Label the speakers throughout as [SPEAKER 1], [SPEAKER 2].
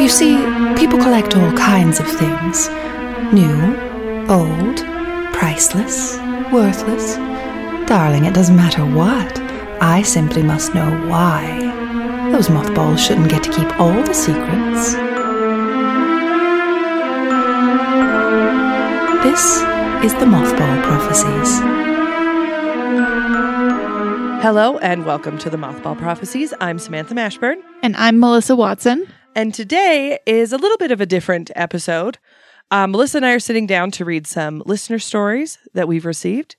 [SPEAKER 1] You see, people collect all kinds of things new, old, priceless, worthless. Darling, it doesn't matter what. I simply must know why. Those mothballs shouldn't get to keep all the secrets. This is the Mothball Prophecies.
[SPEAKER 2] Hello and welcome to the Mothball Prophecies. I'm Samantha Mashburn,
[SPEAKER 3] And I'm Melissa Watson.
[SPEAKER 2] and today is a little bit of a different episode. Um, Melissa and I are sitting down to read some listener stories that we've received,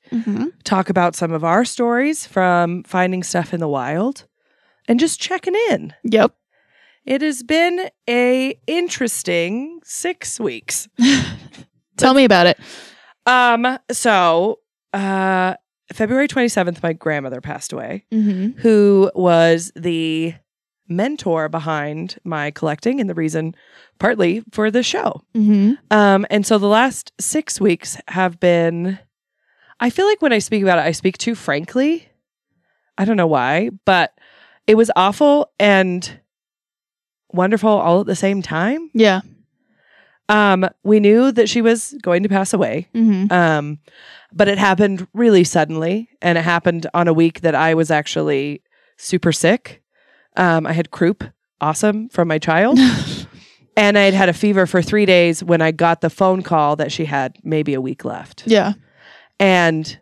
[SPEAKER 2] talk about some of our stories from finding stuff in the wild, and just checking in.
[SPEAKER 3] Yep.
[SPEAKER 2] It has been a interesting six weeks.
[SPEAKER 3] Tell me about it.
[SPEAKER 2] Um, so uh, February twenty seventh, my grandmother passed away.
[SPEAKER 3] Mm-hmm.
[SPEAKER 2] who was the mentor behind my collecting and the reason partly for the show.
[SPEAKER 3] Mm-hmm.
[SPEAKER 2] Um, and so the last six weeks have been, I feel like when I speak about it, I speak too frankly. I don't know why, but it was awful and wonderful all at the same time.
[SPEAKER 3] Yeah.
[SPEAKER 2] Um, we knew that she was going to pass away.
[SPEAKER 3] Mm-hmm.
[SPEAKER 2] Um, but it happened really suddenly, and it happened on a week that I was actually super sick. Um, I had croup, awesome, from my child, and I had had a fever for three days when I got the phone call that she had maybe a week left,
[SPEAKER 3] Yeah.
[SPEAKER 2] and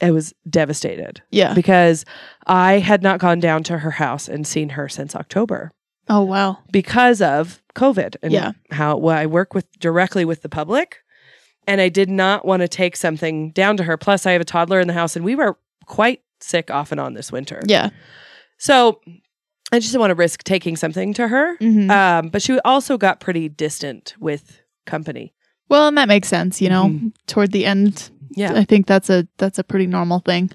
[SPEAKER 2] I was devastated
[SPEAKER 3] Yeah.
[SPEAKER 2] because I had not gone down to her house and seen her since October
[SPEAKER 3] Oh, wow.
[SPEAKER 2] because of COVID and
[SPEAKER 3] Yeah.
[SPEAKER 2] how well, I work with directly with the public. And I did not want to take something down to her. Plus, I have a toddler in the house, and we were quite sick off and on this winter.
[SPEAKER 3] Yeah.
[SPEAKER 2] So I just didn't want to risk taking something to her.
[SPEAKER 3] Mm-hmm.
[SPEAKER 2] Um, but she also got pretty distant with company.
[SPEAKER 3] well, and that makes sense, you know,
[SPEAKER 2] Mhm.
[SPEAKER 3] toward the end.
[SPEAKER 2] Yeah.
[SPEAKER 3] I think that's a that's a pretty normal thing.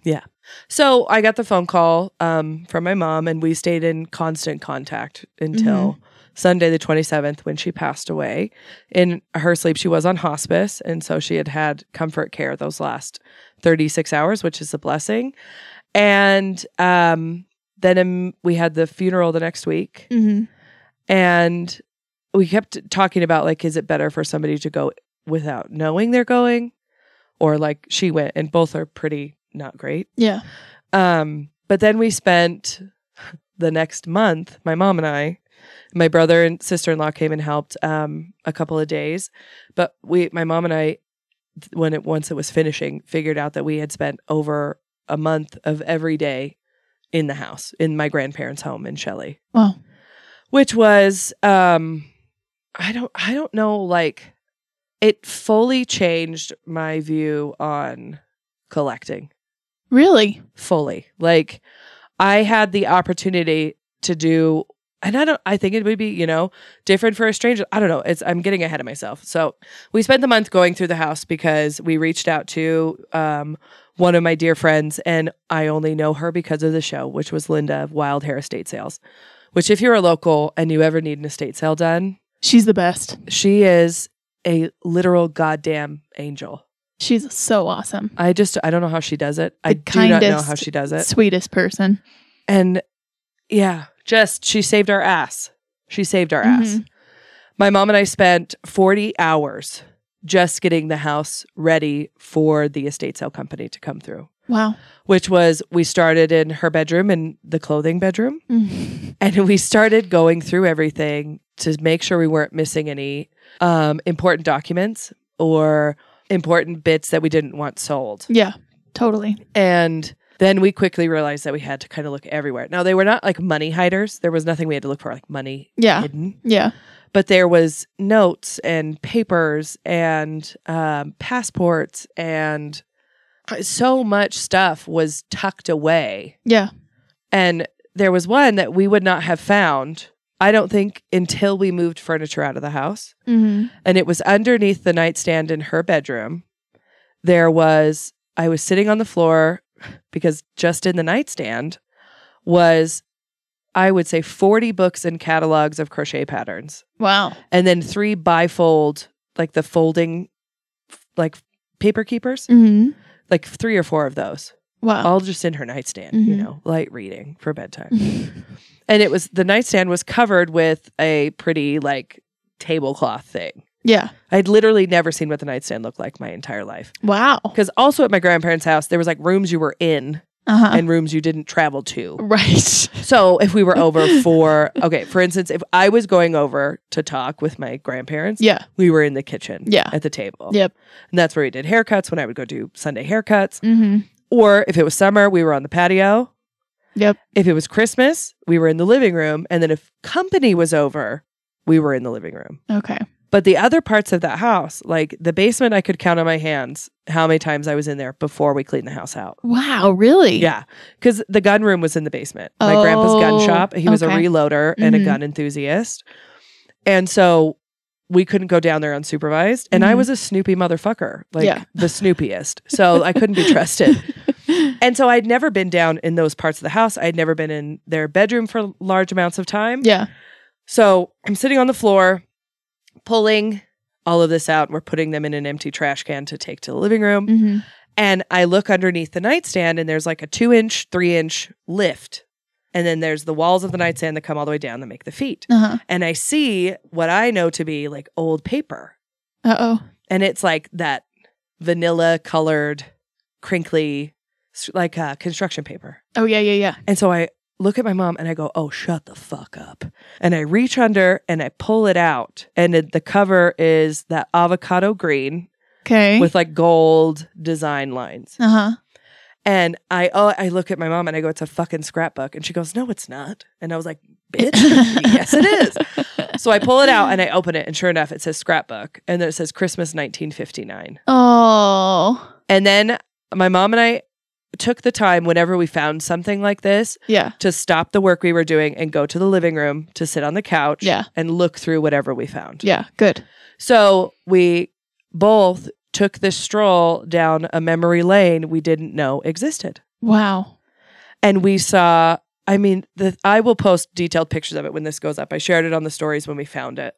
[SPEAKER 2] So I got the phone call um, from my mom, and we stayed in constant contact until Sunday, the 27th, when she passed away. In her sleep, she was on hospice. And so she had had comfort care those last 36 hours, which is a blessing. And um, then um, we had the funeral the next week.
[SPEAKER 3] Mm-hmm.
[SPEAKER 2] And we kept talking about like, is it better for somebody to go without knowing they're going? Or like she went, and both are pretty not great.
[SPEAKER 3] Yeah.
[SPEAKER 2] Um, but then we spent the next month, my mom and I, my brother and sister in law came and helped um, a couple of days. But we, my mom and I, th- when it once it was finishing, figured out that we had spent over a month of every day in the house in my grandparents' home in Shelley,
[SPEAKER 3] Wow.
[SPEAKER 2] which was um, I don't I don't know like it fully changed my view on collecting
[SPEAKER 3] Really?
[SPEAKER 2] fully. Like I had the opportunity to do and I don't I think it would be, you know, different for a stranger. I don't know. It's I'm getting ahead of myself. So we spent the month going through the house because we reached out to um one of my dear friends and I only know her because of the show, which was Linda of Wild Hair Estate Sales. Which if you're a local and you ever need an estate sale done,
[SPEAKER 3] She's the best.
[SPEAKER 2] she is a literal goddamn angel.
[SPEAKER 3] She's so awesome.
[SPEAKER 2] I just I don't know how she does it. I
[SPEAKER 3] The
[SPEAKER 2] do not know
[SPEAKER 3] kindest,
[SPEAKER 2] how she does it.
[SPEAKER 3] Sweetest person.
[SPEAKER 2] And yeah, just she saved our ass. She saved our ass.
[SPEAKER 3] Mhm.
[SPEAKER 2] My mom and I spent 40 hours just getting the house ready for the estate sale company to come through,
[SPEAKER 3] Wow.
[SPEAKER 2] which was we started in her bedroom in the clothing bedroom.
[SPEAKER 3] Mhm.
[SPEAKER 2] And we started going through everything to make sure we weren't missing any um, important documents or important bits that we didn't want sold.
[SPEAKER 3] Yeah. Totally.
[SPEAKER 2] And then we quickly realized that we had to kind of look everywhere. Now, they were not like money hiders. There was nothing we had to look for, like money
[SPEAKER 3] Yeah.
[SPEAKER 2] hidden.
[SPEAKER 3] Yeah.
[SPEAKER 2] But there was notes and papers and um, passports and uh, so much stuff was tucked away.
[SPEAKER 3] Yeah.
[SPEAKER 2] And there was one that we would not have found, I don't think, until we moved furniture out of the house
[SPEAKER 3] Mm-hmm.
[SPEAKER 2] and it was underneath the nightstand in her bedroom. There was, I was sitting on the floor because just in the nightstand was, I would say, 40 books and catalogs of crochet patterns,
[SPEAKER 3] Wow.
[SPEAKER 2] and then three bifold, like the folding, like paper keepers,
[SPEAKER 3] Mm-hmm.
[SPEAKER 2] like three or four of those.
[SPEAKER 3] Wow.
[SPEAKER 2] all just in her nightstand, you
[SPEAKER 3] Mhm.
[SPEAKER 2] know, light reading for bedtime.
[SPEAKER 3] Oh.
[SPEAKER 2] and it was the nightstand was covered with a pretty like tablecloth thing.
[SPEAKER 3] yeah.
[SPEAKER 2] I'd literally never seen what the nightstand looked like my entire life.
[SPEAKER 3] Wow.
[SPEAKER 2] Because also at my grandparents' house, there was like rooms you were in
[SPEAKER 3] Uh huh.
[SPEAKER 2] and rooms you didn't travel to.
[SPEAKER 3] Right.
[SPEAKER 2] Uh-huh. So if we were over for okay, for instance, if I was going over to talk with my grandparents,
[SPEAKER 3] Yeah.
[SPEAKER 2] we were in the kitchen,
[SPEAKER 3] Yeah.
[SPEAKER 2] at the table,
[SPEAKER 3] Yep.
[SPEAKER 2] and that's where we did haircuts. When I would go do Sunday haircuts,
[SPEAKER 3] Mm-hmm.
[SPEAKER 2] or if it was summer, we were on the patio.
[SPEAKER 3] Yep.
[SPEAKER 2] If it was Christmas, we were in the living room, and then if company was over, we were in the living room.
[SPEAKER 3] Okay.
[SPEAKER 2] But the other parts of that house, like the basement, I could count on my hands how many times I was in there before we cleaned the house out.
[SPEAKER 3] Wow. Really?
[SPEAKER 2] Yeah, because the gun room was in the basement. My grandpa's gun
[SPEAKER 3] Oh,
[SPEAKER 2] shop. He was a
[SPEAKER 3] okay.
[SPEAKER 2] reloader and a
[SPEAKER 3] Mhm.
[SPEAKER 2] gun enthusiast, and so we couldn't go down there unsupervised. And I
[SPEAKER 3] Mhm.
[SPEAKER 2] was a snoopy motherfucker, like
[SPEAKER 3] Yeah.
[SPEAKER 2] the snoopiest. So I couldn't be trusted. And so I'd never been down in those parts of the house. I'd never been in their bedroom for large amounts of time.
[SPEAKER 3] yeah.
[SPEAKER 2] So I'm sitting on the floor, pulling all of this out. and We're putting them in an empty trash can to take to the living room.
[SPEAKER 3] Mm-hmm.
[SPEAKER 2] And I look underneath the nightstand, and there's like a two inch, three inch lift. And then there's the walls of the nightstand that come all the way down that make the feet.
[SPEAKER 3] Uh huh.
[SPEAKER 2] And I see what I know to be like old paper.
[SPEAKER 3] Uh oh.
[SPEAKER 2] And it's like that vanilla colored, crinkly, s- like uh, construction paper.
[SPEAKER 3] Oh yeah. Yeah. Yeah.
[SPEAKER 2] And so I look at my mom and I go, oh, shut the fuck up. And I reach under and I pull it out. And it, the cover is that avocado green
[SPEAKER 3] Okay.
[SPEAKER 2] with like gold design lines.
[SPEAKER 3] uh huh.
[SPEAKER 2] And I oh I look at my mom and I go, it's a fucking scrapbook. And she goes, No, it's not. And I was like, bitch, yes it is. So I pull it out and I open it, and sure enough, it says scrapbook. And then it says Christmas 1959.
[SPEAKER 3] Oh.
[SPEAKER 2] And then my mom and I took the time whenever we found something like this
[SPEAKER 3] Yeah.
[SPEAKER 2] to stop the work we were doing and go to the living room to sit on the couch
[SPEAKER 3] Yeah.
[SPEAKER 2] and look through whatever we found.
[SPEAKER 3] Yeah. Good.
[SPEAKER 2] So we both took this stroll down a memory lane we didn't know existed.
[SPEAKER 3] Wow.
[SPEAKER 2] and we saw i mean the i will post detailed pictures of it when this goes up i shared it on the stories when we found it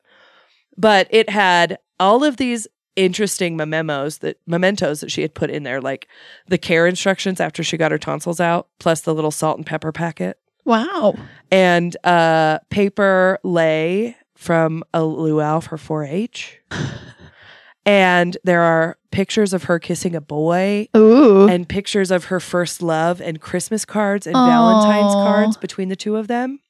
[SPEAKER 2] but it had all of these interesting mementos that mementos that she had put in there like the care instructions after she got her tonsils out plus the little salt and pepper packet
[SPEAKER 3] Wow.
[SPEAKER 2] and uh paper lay from a luau for 4-h and there are pictures of her kissing a boy
[SPEAKER 3] Ooh.
[SPEAKER 2] and pictures of her first love and Christmas cards and
[SPEAKER 3] Aw.
[SPEAKER 2] Valentine's cards between the two of them.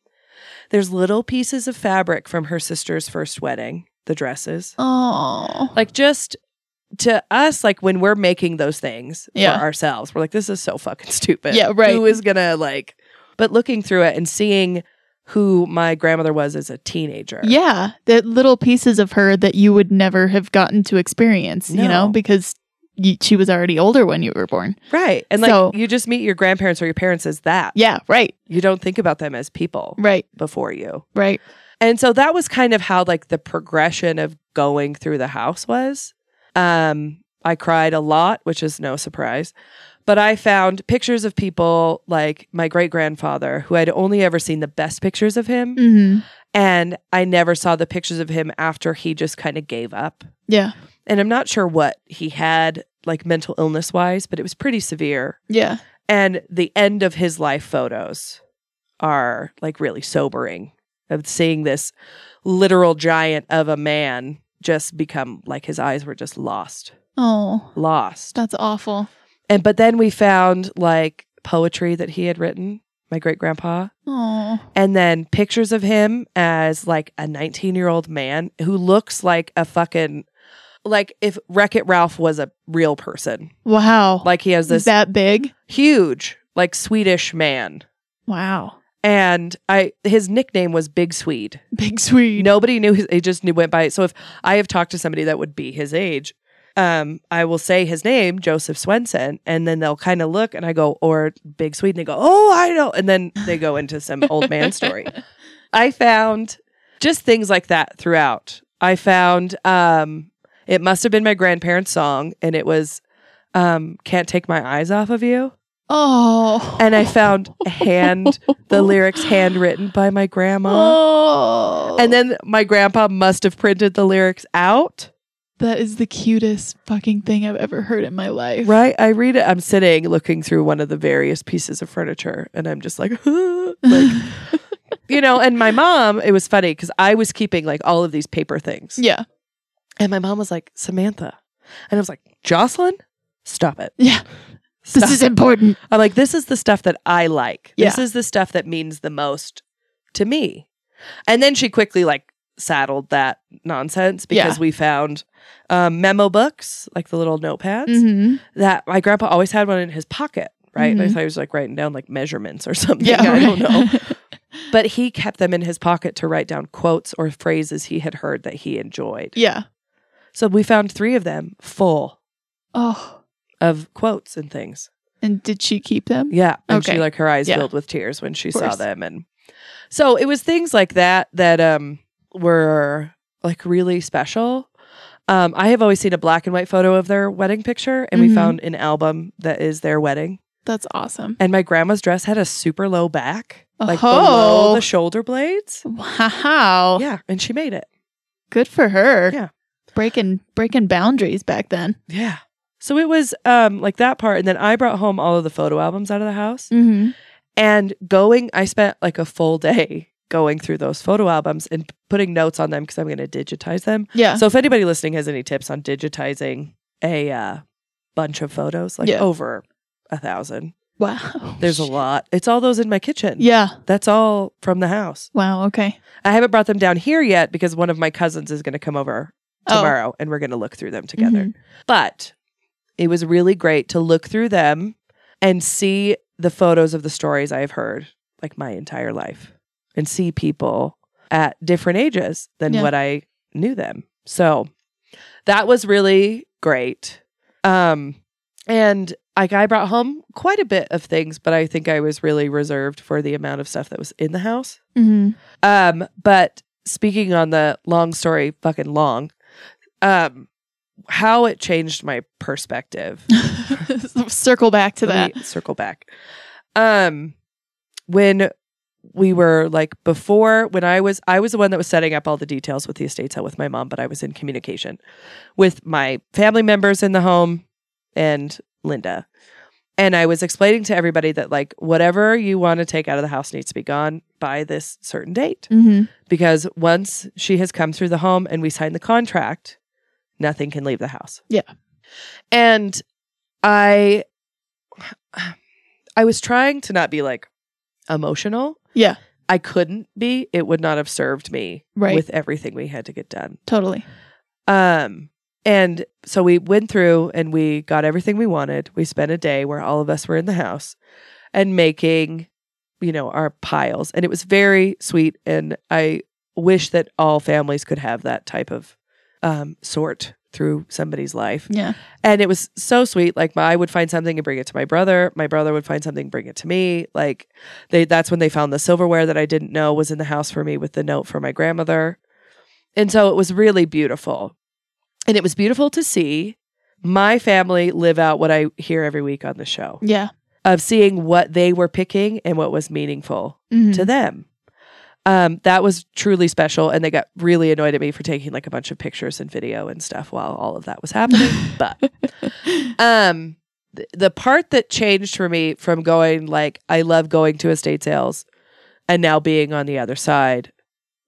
[SPEAKER 2] There's little pieces of fabric from her sister's first wedding, the dresses.
[SPEAKER 3] oh.
[SPEAKER 2] Like just to us, like when we're making those things
[SPEAKER 3] Yeah.
[SPEAKER 2] for ourselves, we're like, this is so fucking stupid.
[SPEAKER 3] Yeah, right.
[SPEAKER 2] Who is gonna like but looking through it and seeing who my grandmother was as a teenager.
[SPEAKER 3] Yeah, the little pieces of her that you would never have gotten to experience, you
[SPEAKER 2] No.
[SPEAKER 3] know, because y- she was already older when you were born.
[SPEAKER 2] Right. And like
[SPEAKER 3] So-
[SPEAKER 2] you just meet your grandparents or your parents as that.
[SPEAKER 3] Yeah, right,
[SPEAKER 2] You don't think about them as people
[SPEAKER 3] right,
[SPEAKER 2] before you.
[SPEAKER 3] right.
[SPEAKER 2] And so that was kind of how like the progression of going through the house was. Um, I cried a lot, which is no surprise. But I found pictures of people like my great grandfather, who I'd only ever seen the best pictures of him.
[SPEAKER 3] hmm
[SPEAKER 2] And I never saw the pictures of him after he just kind of gave up.
[SPEAKER 3] Yeah,
[SPEAKER 2] And I'm not sure what he had, like mental illness wise, but it was pretty severe.
[SPEAKER 3] yeah,
[SPEAKER 2] And the end of his life photos are like really sobering of seeing this literal giant of a man just become like his eyes were just lost,
[SPEAKER 3] oh,
[SPEAKER 2] lost.
[SPEAKER 3] that's awful.
[SPEAKER 2] And but then we found like poetry that he had written, my great grandpa,
[SPEAKER 3] Oh,
[SPEAKER 2] and then pictures of him as like a 19 year old man who looks like a fucking like if Wreck It Ralph was a real person.
[SPEAKER 3] wow,
[SPEAKER 2] Like he has this
[SPEAKER 3] that big.
[SPEAKER 2] huge, like Swedish man.
[SPEAKER 3] Wow,
[SPEAKER 2] and I his nickname was Big Swede.
[SPEAKER 3] big sweet.
[SPEAKER 2] Nobody knew his, he just knew went by it. So if I have talked to somebody that would be his age, um, I will say his name, Joseph Swenson, and then they'll kind of look and I go, or Big Swede, and they go, Oh, I know. And then they go into some old man story. I found just things like that throughout. I found um it must have been my grandparents' song, and it was um Can't Take My Eyes Off of You.
[SPEAKER 3] Oh,
[SPEAKER 2] And I found hand the lyrics handwritten by my grandma.
[SPEAKER 3] Oh,
[SPEAKER 2] And then my grandpa must have printed the lyrics out,
[SPEAKER 3] That is the cutest fucking thing I've ever heard in my life.
[SPEAKER 2] Right? I read it. I'm sitting looking through one of the various pieces of furniture and I'm just like, like you know, and my mom, it was funny because I was keeping like all of these paper things.
[SPEAKER 3] yeah.
[SPEAKER 2] And my mom was like, Samantha. And I was like, Jocelyn, stop it.
[SPEAKER 3] Yeah.
[SPEAKER 2] Stop
[SPEAKER 3] This is
[SPEAKER 2] it."
[SPEAKER 3] important.
[SPEAKER 2] I'm like, this is the stuff that I like. This
[SPEAKER 3] Yeah.
[SPEAKER 2] is the stuff that means the most to me. And then she quickly like saddled that nonsense because
[SPEAKER 3] Yeah.
[SPEAKER 2] we found um, memo books, like the little notepads
[SPEAKER 3] hmm
[SPEAKER 2] that my grandpa always had one in his pocket, right? And I
[SPEAKER 3] Mhm.
[SPEAKER 2] thought he was like writing down like measurements or something.
[SPEAKER 3] Yeah.
[SPEAKER 2] I don't
[SPEAKER 3] right.
[SPEAKER 2] know. But he kept them in his pocket to write down quotes or phrases he had heard that he enjoyed.
[SPEAKER 3] yeah.
[SPEAKER 2] So we found three of them full
[SPEAKER 3] Oh.
[SPEAKER 2] of quotes and things.
[SPEAKER 3] And did she keep them?
[SPEAKER 2] Yeah. And she
[SPEAKER 3] Okay.
[SPEAKER 2] like her eyes
[SPEAKER 3] Yeah.
[SPEAKER 2] filled with tears when she
[SPEAKER 3] Of
[SPEAKER 2] saw
[SPEAKER 3] course.
[SPEAKER 2] them. And so it was things like that that um were like really special. Um, I have always seen a black and white photo of their wedding picture, and we
[SPEAKER 3] Mhm.
[SPEAKER 2] found an album that is their wedding.
[SPEAKER 3] That's awesome.
[SPEAKER 2] And my grandma's dress had a super low back, like
[SPEAKER 3] Oh.
[SPEAKER 2] below the shoulder blades.
[SPEAKER 3] Wow.
[SPEAKER 2] Yeah, and she made it.
[SPEAKER 3] Good for her.
[SPEAKER 2] Yeah.
[SPEAKER 3] Breaking breaking boundaries back then.
[SPEAKER 2] Yeah. So it was um like that part and then I brought home all of the photo albums out of the house
[SPEAKER 3] Mm-hmm.
[SPEAKER 2] and going I spent like a full day going through those photo albums and putting notes on them cuz I'm going to digitize them.
[SPEAKER 3] Yeah.
[SPEAKER 2] So if anybody listening has any tips on digitizing a uh, bunch of photos like
[SPEAKER 3] Yeah.
[SPEAKER 2] over a thousand.
[SPEAKER 3] wow.
[SPEAKER 2] There's a lot. It's all those in my kitchen.
[SPEAKER 3] Yeah.
[SPEAKER 2] That's all from the house.
[SPEAKER 3] Wow. Okay.
[SPEAKER 2] I haven't brought them down here yet because one of my cousins is going to come over
[SPEAKER 3] Oh. Mm-hmm.
[SPEAKER 2] tomorrow and we're going to look through them together. But it was really great to look through them and see the photos of the stories I've heard like my entire life and see people at different ages than
[SPEAKER 3] Yeah.
[SPEAKER 2] what I knew them. So that was really great. Um and like I brought home quite a bit of things, but I think I was really reserved for the amount of stuff that was in the house.
[SPEAKER 3] hmm
[SPEAKER 2] Um, but speaking on the long story, fucking long, um, how it changed my perspective.
[SPEAKER 3] Circle back to that.
[SPEAKER 2] Let me circle back. Um, when we were like before, when I was, I was the one that was setting up all the details with the estate sale with my mom, but I was in communication with my family members in the home and Linda. And I was explaining to everybody that like whatever you want to take out of the house needs to be gone by this certain date
[SPEAKER 3] hmm
[SPEAKER 2] because once she has come through the home and we sign the contract, nothing can leave the house.
[SPEAKER 3] Yeah.
[SPEAKER 2] And I I was trying to not be like emotional.
[SPEAKER 3] Yeah.
[SPEAKER 2] I couldn't be. It would not have served me
[SPEAKER 3] Right.
[SPEAKER 2] with everything we had to get done.
[SPEAKER 3] Totally.
[SPEAKER 2] Um, and so we went through and we got everything we wanted. We spent a day where all of us were in the house and making, you know, our piles. And it was very sweet. And I wish that all families could have that type of um, sort through somebody's life.
[SPEAKER 3] Yeah.
[SPEAKER 2] And it was so sweet. Like my, I would find something and bring it to my brother. My brother would find something, bring it to me. Like they, that's when they found the silverware that I didn't know was in the house for me with the note for my grandmother. And so it was really beautiful. And it was beautiful to see my family live out what I hear every week on the show
[SPEAKER 3] Yeah.
[SPEAKER 2] of seeing what they were picking and what was meaningful
[SPEAKER 3] Mhm.
[SPEAKER 2] to them. Um, that was truly special. And they got really annoyed at me for taking like a bunch of pictures and video and stuff while all of that was happening. but um, th- the part that changed for me from going like I love going to estate sales and now being on the other side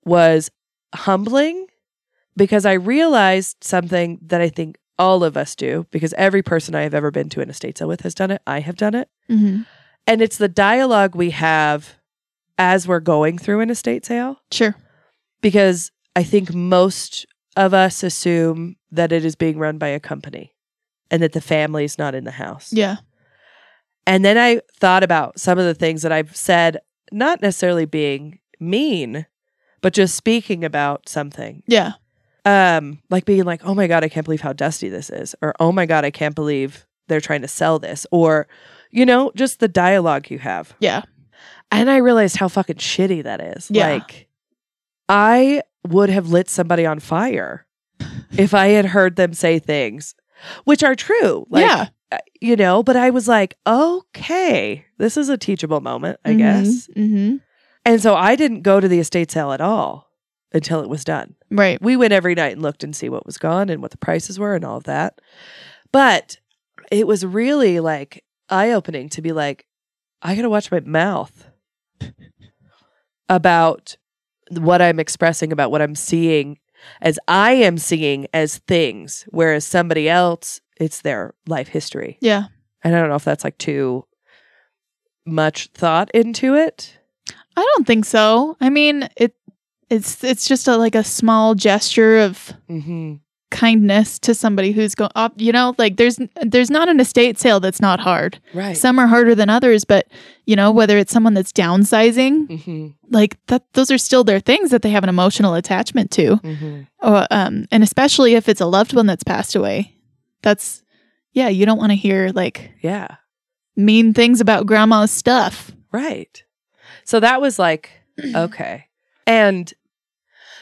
[SPEAKER 2] was humbling because I realized something that I think all of us do because every person I have ever been to an estate sale with has done it. I have done it.
[SPEAKER 3] Mhm.
[SPEAKER 2] And it's the dialogue we have as we're going through an estate sale
[SPEAKER 3] Sure.
[SPEAKER 2] because I think most of us assume that it is being run by a company and that the family is not in the house.
[SPEAKER 3] Yeah.
[SPEAKER 2] And then I thought about some of the things that I've said, not necessarily being mean, but just speaking about something.
[SPEAKER 3] Yeah.
[SPEAKER 2] Um, like being like, "Oh my god, I can't believe how dusty this is," or "Oh my god, I can't believe they're trying to sell this," or you know, just the dialogue you have.
[SPEAKER 3] Yeah.
[SPEAKER 2] And I realized how fucking shitty that is.
[SPEAKER 3] Yeah.
[SPEAKER 2] Like, I would have lit somebody on fire if I had heard them say things, which are true. Like,
[SPEAKER 3] yeah.
[SPEAKER 2] uh, You know, but I was like, okay, this is a teachable moment, I guess.
[SPEAKER 3] Mm-hmm.
[SPEAKER 2] And so I didn't go to the estate sale at all until it was done.
[SPEAKER 3] Right.
[SPEAKER 2] We went every night and looked and see what was gone and what the prices were and all of that. But it was really like eye opening to be like, I gotta watch my mouth about what I'm expressing, about what I'm seeing as I am seeing as things, whereas somebody else, it's their life history.
[SPEAKER 3] Yeah.
[SPEAKER 2] And I don't know if that's like too much thought into it.
[SPEAKER 3] I don't think so. I mean, it it's it's just a like a small gesture of
[SPEAKER 2] Mm-hmm.
[SPEAKER 3] kindness to somebody who's going up, you know, like there's there's not an estate sale that's not hard.
[SPEAKER 2] Right.
[SPEAKER 3] Some are harder than others, but you know, whether it's someone that's downsizing,
[SPEAKER 2] mm-hmm.
[SPEAKER 3] like that those are still their things that they have an emotional attachment to.
[SPEAKER 2] Mm-hmm.
[SPEAKER 3] Or, um and especially if it's a loved one that's passed away. That's yeah, you don't want to hear like
[SPEAKER 2] Yeah.
[SPEAKER 3] mean things about grandma's stuff.
[SPEAKER 2] Right. So that was like, okay. And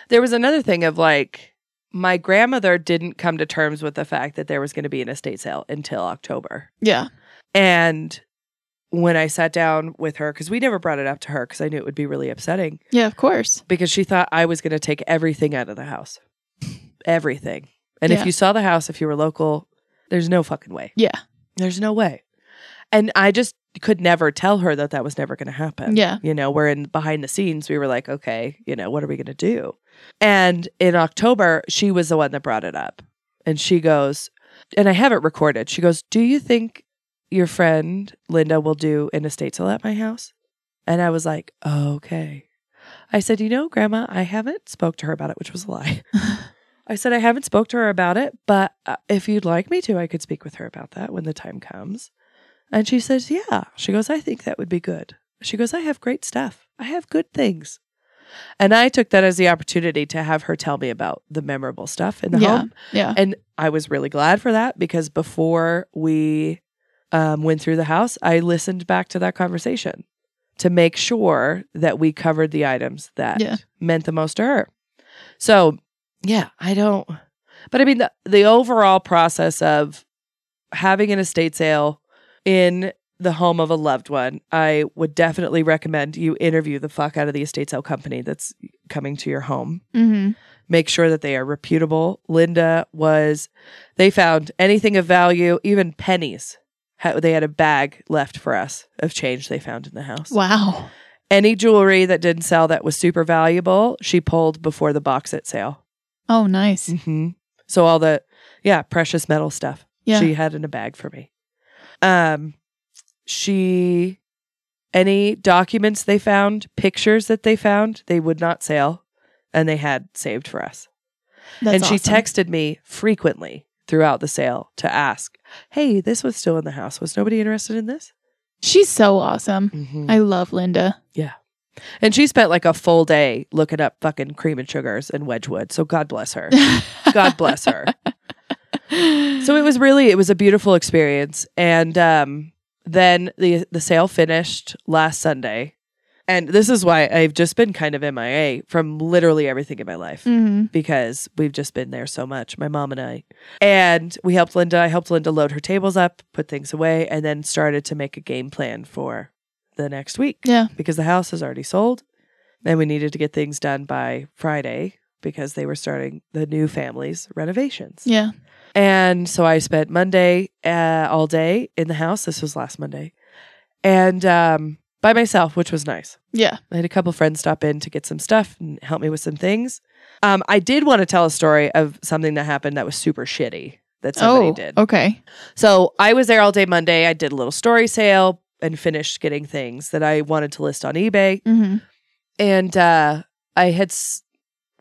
[SPEAKER 2] there was another thing of like, my grandmother didn't come to terms with the fact that there was going to be an estate sale until October.
[SPEAKER 3] Yeah.
[SPEAKER 2] And when I sat down with her, because we never brought it up to her because I knew it would be really upsetting,
[SPEAKER 3] Yeah, of course.
[SPEAKER 2] because she thought I was going to take everything out of the house. Everything. And
[SPEAKER 3] Yeah.
[SPEAKER 2] if you saw the house, if you were local, there's no fucking way.
[SPEAKER 3] Yeah.
[SPEAKER 2] There's no way. And I just could never tell her that that was never going to happen.
[SPEAKER 3] Yeah.
[SPEAKER 2] You know, we're in behind the scenes. We were like, okay, you know, what are we going to do? And in October, she was the one that brought it up. And she goes, and I have it recorded. She goes, Do you think your friend Linda will do an estate sale at my house? And I was like, Okay. I said, You know, Grandma, I haven't spoke to her about it, which was a lie. I said, I haven't spoke to her about it, but uh, if you'd like me to, I could speak with her about that when the time comes. And she says, Yeah. She goes, I think that would be good. She goes, I have great stuff. I have good things. And I took that as the opportunity to have her tell me about the memorable stuff in the
[SPEAKER 3] Yeah.
[SPEAKER 2] home.
[SPEAKER 3] Yeah.
[SPEAKER 2] And I was really glad for that because before we um, went through the house, I listened back to that conversation to make sure that we covered the items that
[SPEAKER 3] Yeah.
[SPEAKER 2] meant the most to her. So, yeah, I don't, but I mean, the, the overall process of having an estate sale in the home of a loved one, I would definitely recommend you interview the fuck out of the estate sale company that's coming to your home
[SPEAKER 3] Mm-hmm.
[SPEAKER 2] make sure that they are reputable. Linda was, they found anything of value, even pennies. Ha- They had a bag left for us of change they found in the house.
[SPEAKER 3] Wow.
[SPEAKER 2] Any jewelry that didn't sell that was super valuable, she pulled before the box at sale.
[SPEAKER 3] Oh, nice.
[SPEAKER 2] Mm-hmm. So all the, yeah, precious metal stuff
[SPEAKER 3] Yeah.
[SPEAKER 2] she had in a bag for me. Um, she, any documents they found, pictures that they found, they would not sell, and they had saved for us
[SPEAKER 3] That's
[SPEAKER 2] and she
[SPEAKER 3] awesome.
[SPEAKER 2] texted me frequently throughout the sale to ask, "Hey, this was still in the house. Was nobody interested in this?"
[SPEAKER 3] She's so awesome.
[SPEAKER 2] Mm-hmm.
[SPEAKER 3] I love Linda.
[SPEAKER 2] And she spent like a full day looking up fucking cream and sugars and Wedgwood. So God bless her. God bless her.
[SPEAKER 3] Mm-hmm.
[SPEAKER 2] So it was really it was a beautiful experience. And um, then the the sale finished last Sunday, and this is why I've just been kind of MIA from literally everything in my life.
[SPEAKER 3] Mhm.
[SPEAKER 2] because we've just been there so much, my mom and I. And we helped Linda. I helped Linda load her tables up, put things away, and then started to make a game plan for the next week
[SPEAKER 3] Yeah.
[SPEAKER 2] because the house is already sold. And we needed to get things done by Friday because they were starting the new family's renovations.
[SPEAKER 3] Yeah.
[SPEAKER 2] And so I spent Monday uh, all day in the house. This was last Monday. And um, by myself, which was nice.
[SPEAKER 3] Yeah.
[SPEAKER 2] I had a couple friends stop in to get some stuff and help me with some things. Um, I did want to tell a story of something that happened that was super shitty that somebody
[SPEAKER 3] oh,
[SPEAKER 2] did.
[SPEAKER 3] okay.
[SPEAKER 2] So I was there all day Monday. I did a little story sale and finished getting things that I wanted to list on eBay.
[SPEAKER 3] hmm
[SPEAKER 2] And uh, I had s-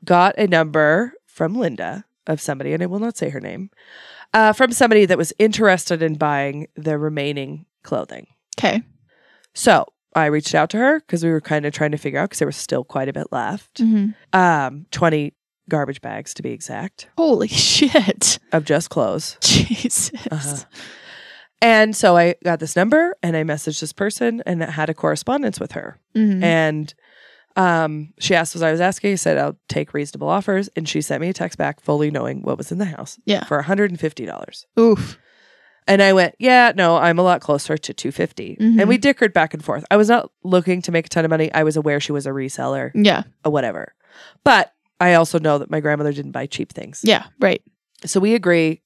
[SPEAKER 2] got a number from Linda of somebody, and I will not say her name, uh, from somebody that was interested in buying the remaining clothing.
[SPEAKER 3] Okay.
[SPEAKER 2] So I reached out to her because we were kind of trying to figure out because there was still quite a bit left.
[SPEAKER 3] hmm
[SPEAKER 2] Um, 20 garbage bags to be exact
[SPEAKER 3] Holy shit.
[SPEAKER 2] of just clothes.
[SPEAKER 3] Jesus.
[SPEAKER 2] Uh-huh. And so I got this number and I messaged this person and had a correspondence with her.
[SPEAKER 3] Mhm.
[SPEAKER 2] And um, she asked what I was asking. I said, I'll take reasonable offers. And she sent me a text back fully knowing what was in the house
[SPEAKER 3] Yeah.
[SPEAKER 2] for $150.
[SPEAKER 3] Oof.
[SPEAKER 2] And I went, yeah, no, I'm a lot closer to 250. dollars
[SPEAKER 3] Mhm.
[SPEAKER 2] And we dickered back and forth. I was not looking to make a ton of money. I was aware she was a reseller.
[SPEAKER 3] Yeah.
[SPEAKER 2] or whatever. But I also know that my grandmother didn't buy cheap things.
[SPEAKER 3] Yeah, right.
[SPEAKER 2] So we agree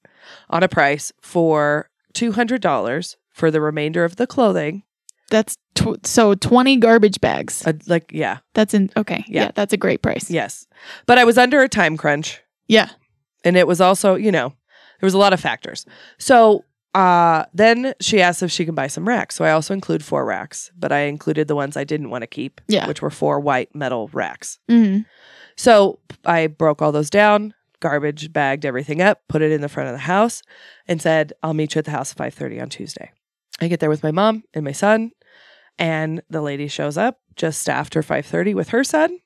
[SPEAKER 2] on a price for $200 for the remainder of the clothing.
[SPEAKER 3] That's tw- so 20 garbage bags.
[SPEAKER 2] Uh, like, yeah,
[SPEAKER 3] That's in okay.
[SPEAKER 2] Yeah.
[SPEAKER 3] Yeah. that's a great price.
[SPEAKER 2] yes. But I was under a time crunch.
[SPEAKER 3] Yeah.
[SPEAKER 2] And it was also, you know, there was a lot of factors. So uh, then she asked if she can buy some racks. So I also include four racks, but I included the ones I didn't want to keep,
[SPEAKER 3] Yeah.
[SPEAKER 2] which were four white metal racks.
[SPEAKER 3] hmm
[SPEAKER 2] So I broke all those down, garbage bagged everything up, put it in the front of the house, and said, "I'll meet you at the house at 5:30 on Tuesday." I get there with my mom and my son, and the lady shows up just after 5:30 with her son,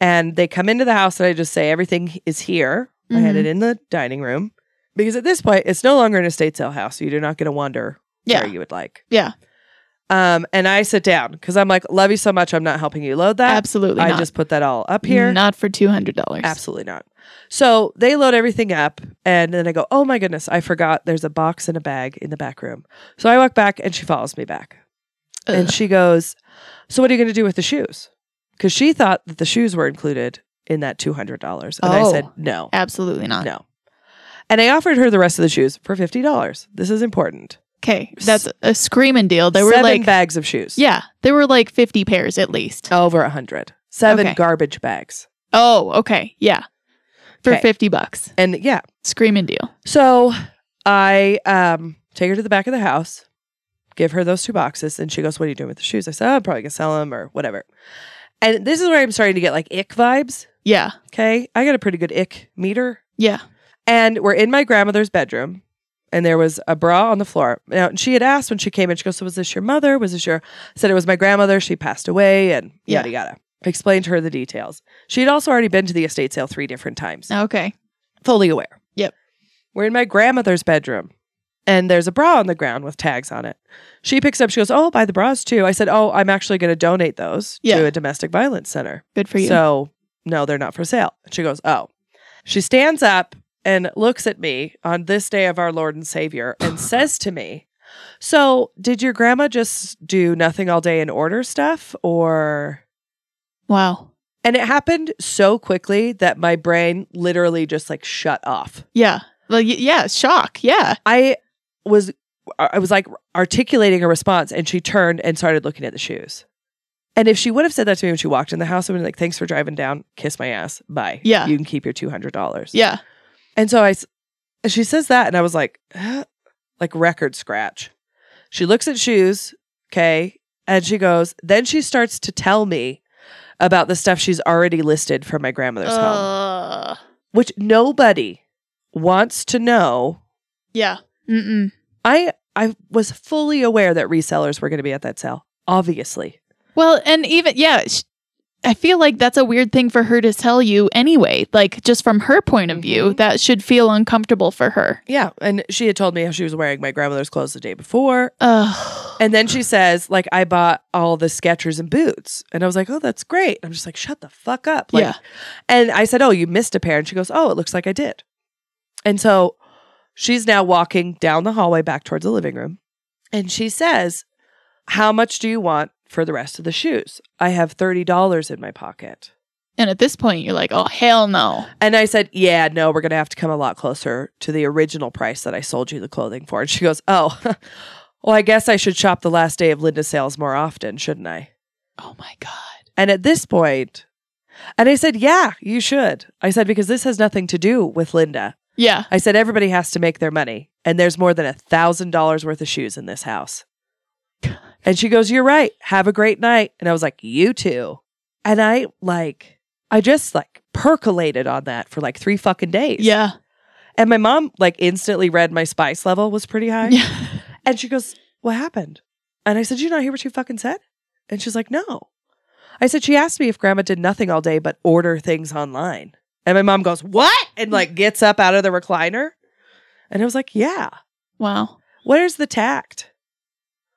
[SPEAKER 2] and they come into the house and I just say, "Everything is here." I had
[SPEAKER 3] Mhm.
[SPEAKER 2] it in the dining room because at this point it's no longer an estate sale house. So you're not going to wander
[SPEAKER 3] Yeah.
[SPEAKER 2] where you would like.
[SPEAKER 3] Yeah.
[SPEAKER 2] Um, and I sit down because I'm like, "Love you so much. I'm not helping you load that."
[SPEAKER 3] Absolutely
[SPEAKER 2] I
[SPEAKER 3] not.
[SPEAKER 2] just put that all up here.
[SPEAKER 3] Not for $200.
[SPEAKER 2] Absolutely not. So they load everything up, and then I go, "Oh my goodness, I forgot. There's a box and a bag in the back room." So I walk back, and she follows me back, and
[SPEAKER 3] Ugh.
[SPEAKER 2] she goes, "So what are you going to do with the shoes?" Because she thought that the shoes were included in that two hundred dollars, and I
[SPEAKER 3] Oh.
[SPEAKER 2] said, "No,
[SPEAKER 3] Absolutely not.
[SPEAKER 2] no." And I offered her the rest of the shoes for fifty dollars. This is important.
[SPEAKER 3] Okay. That's a screaming deal. They were
[SPEAKER 2] Seven
[SPEAKER 3] like
[SPEAKER 2] bags Oh. of shoes.
[SPEAKER 3] Yeah, there were like 50 pairs at least.
[SPEAKER 2] over a hundred. Seven
[SPEAKER 3] Okay.
[SPEAKER 2] garbage bags,
[SPEAKER 3] Oh, okay. Yeah. For
[SPEAKER 2] Okay.
[SPEAKER 3] 50 bucks.
[SPEAKER 2] and yeah,
[SPEAKER 3] Screaming deal.
[SPEAKER 2] So I um, take her to the back of the house, give her those two boxes, and she goes, What are you doing with the shoes? I said, "Oh, I'm probably going to sell them or whatever. And this is where I'm starting to get like ick vibes.
[SPEAKER 3] Yeah.
[SPEAKER 2] Okay. I got a pretty good ick meter.
[SPEAKER 3] Yeah.
[SPEAKER 2] And we're in my grandmother's bedroom, and there was a bra on the floor. Now, and she had asked when she came in, she goes, So was this your mother? Was this your. I said, It was my grandmother. She passed away, and yada, yada. Explained to her the details. She had also already been to the estate sale three different times
[SPEAKER 3] Okay.
[SPEAKER 2] fully aware.
[SPEAKER 3] Yep.
[SPEAKER 2] We're in my grandmother's bedroom and there's a bra on the ground with tags on it. She picks up, she goes, Oh, I'll buy the bras too. I said, Oh, I'm actually going to donate those
[SPEAKER 3] Yeah.
[SPEAKER 2] to a domestic violence center.
[SPEAKER 3] Good for you.
[SPEAKER 2] So, no, they're not for sale. She goes, Oh. She stands up and looks at me on this day of our Lord and Savior and says to me, So, did your grandma just do nothing all day and order stuff or.
[SPEAKER 3] wow.
[SPEAKER 2] And it happened so quickly that my brain literally just like shut off.
[SPEAKER 3] Yeah. Well, y- yeah, shock. Yeah.
[SPEAKER 2] I was I was like articulating a response and she turned and started looking at the shoes. And if she would have said that to me when she walked in the house, I would have been like, thanks for driving down, kiss my ass, bye.
[SPEAKER 3] Yeah.
[SPEAKER 2] You can keep your $200.
[SPEAKER 3] Yeah.
[SPEAKER 2] And so I, s- she says that and I was like, like record scratch. She looks at shoes, okay, and she goes, then she starts to tell me about the stuff she's already listed for my grandmother's home,
[SPEAKER 3] Uh,
[SPEAKER 2] which nobody wants to know
[SPEAKER 3] yeah. Mm-mm.
[SPEAKER 2] I I was fully aware that resellers were going to be at that sale. Obviously,
[SPEAKER 3] Well, and even yeah, sh- I feel like that's a weird thing for her to tell you anyway. Like just from her point of view,
[SPEAKER 2] Mhm.
[SPEAKER 3] that should feel uncomfortable for her.
[SPEAKER 2] yeah. And she had told me how she was wearing my grandmother's clothes the day before,
[SPEAKER 3] Ugh.
[SPEAKER 2] and then she says like I bought all the Skechers and boots, and I was like, oh, that's great. I'm just like, shut the fuck up, like.
[SPEAKER 3] yeah.
[SPEAKER 2] And I said, oh, you missed a pair, and she goes, oh, it looks like I did. And so she's now walking down the hallway back towards the living room, and she says, how much do you want for the rest of the shoes? I have thirty dollars in my pocket.
[SPEAKER 3] And at this point, you're like, oh hell no.
[SPEAKER 2] And I said, Yeah, no, we're going to have to come a lot closer to the original price that I sold you the clothing for. And she goes, Oh, well, I guess I should shop the last day of Linda's sales more often, shouldn't I?
[SPEAKER 3] Oh my god.
[SPEAKER 2] And at this point, and I said, Yeah, you should. I said, Because this has nothing to do with Linda.
[SPEAKER 3] Yeah.
[SPEAKER 2] I said, Everybody has to make their money. And there's more than a $1,000 worth of shoes in this house. And she goes, You're right. Have a great night. And I was like, You too. And I like, I just like percolated on that for like three fucking days.
[SPEAKER 3] Yeah.
[SPEAKER 2] And my mom like instantly read my spice level was pretty high.
[SPEAKER 3] Yeah.
[SPEAKER 2] And she goes, What happened? And I said, "Did You not hear what she fucking said? And she's like, No. I said, She asked me if grandma did nothing all day but order things online. And my mom goes, What? And like gets up out of the recliner. And I was like, Yeah.
[SPEAKER 3] Wow.
[SPEAKER 2] Where's the tact?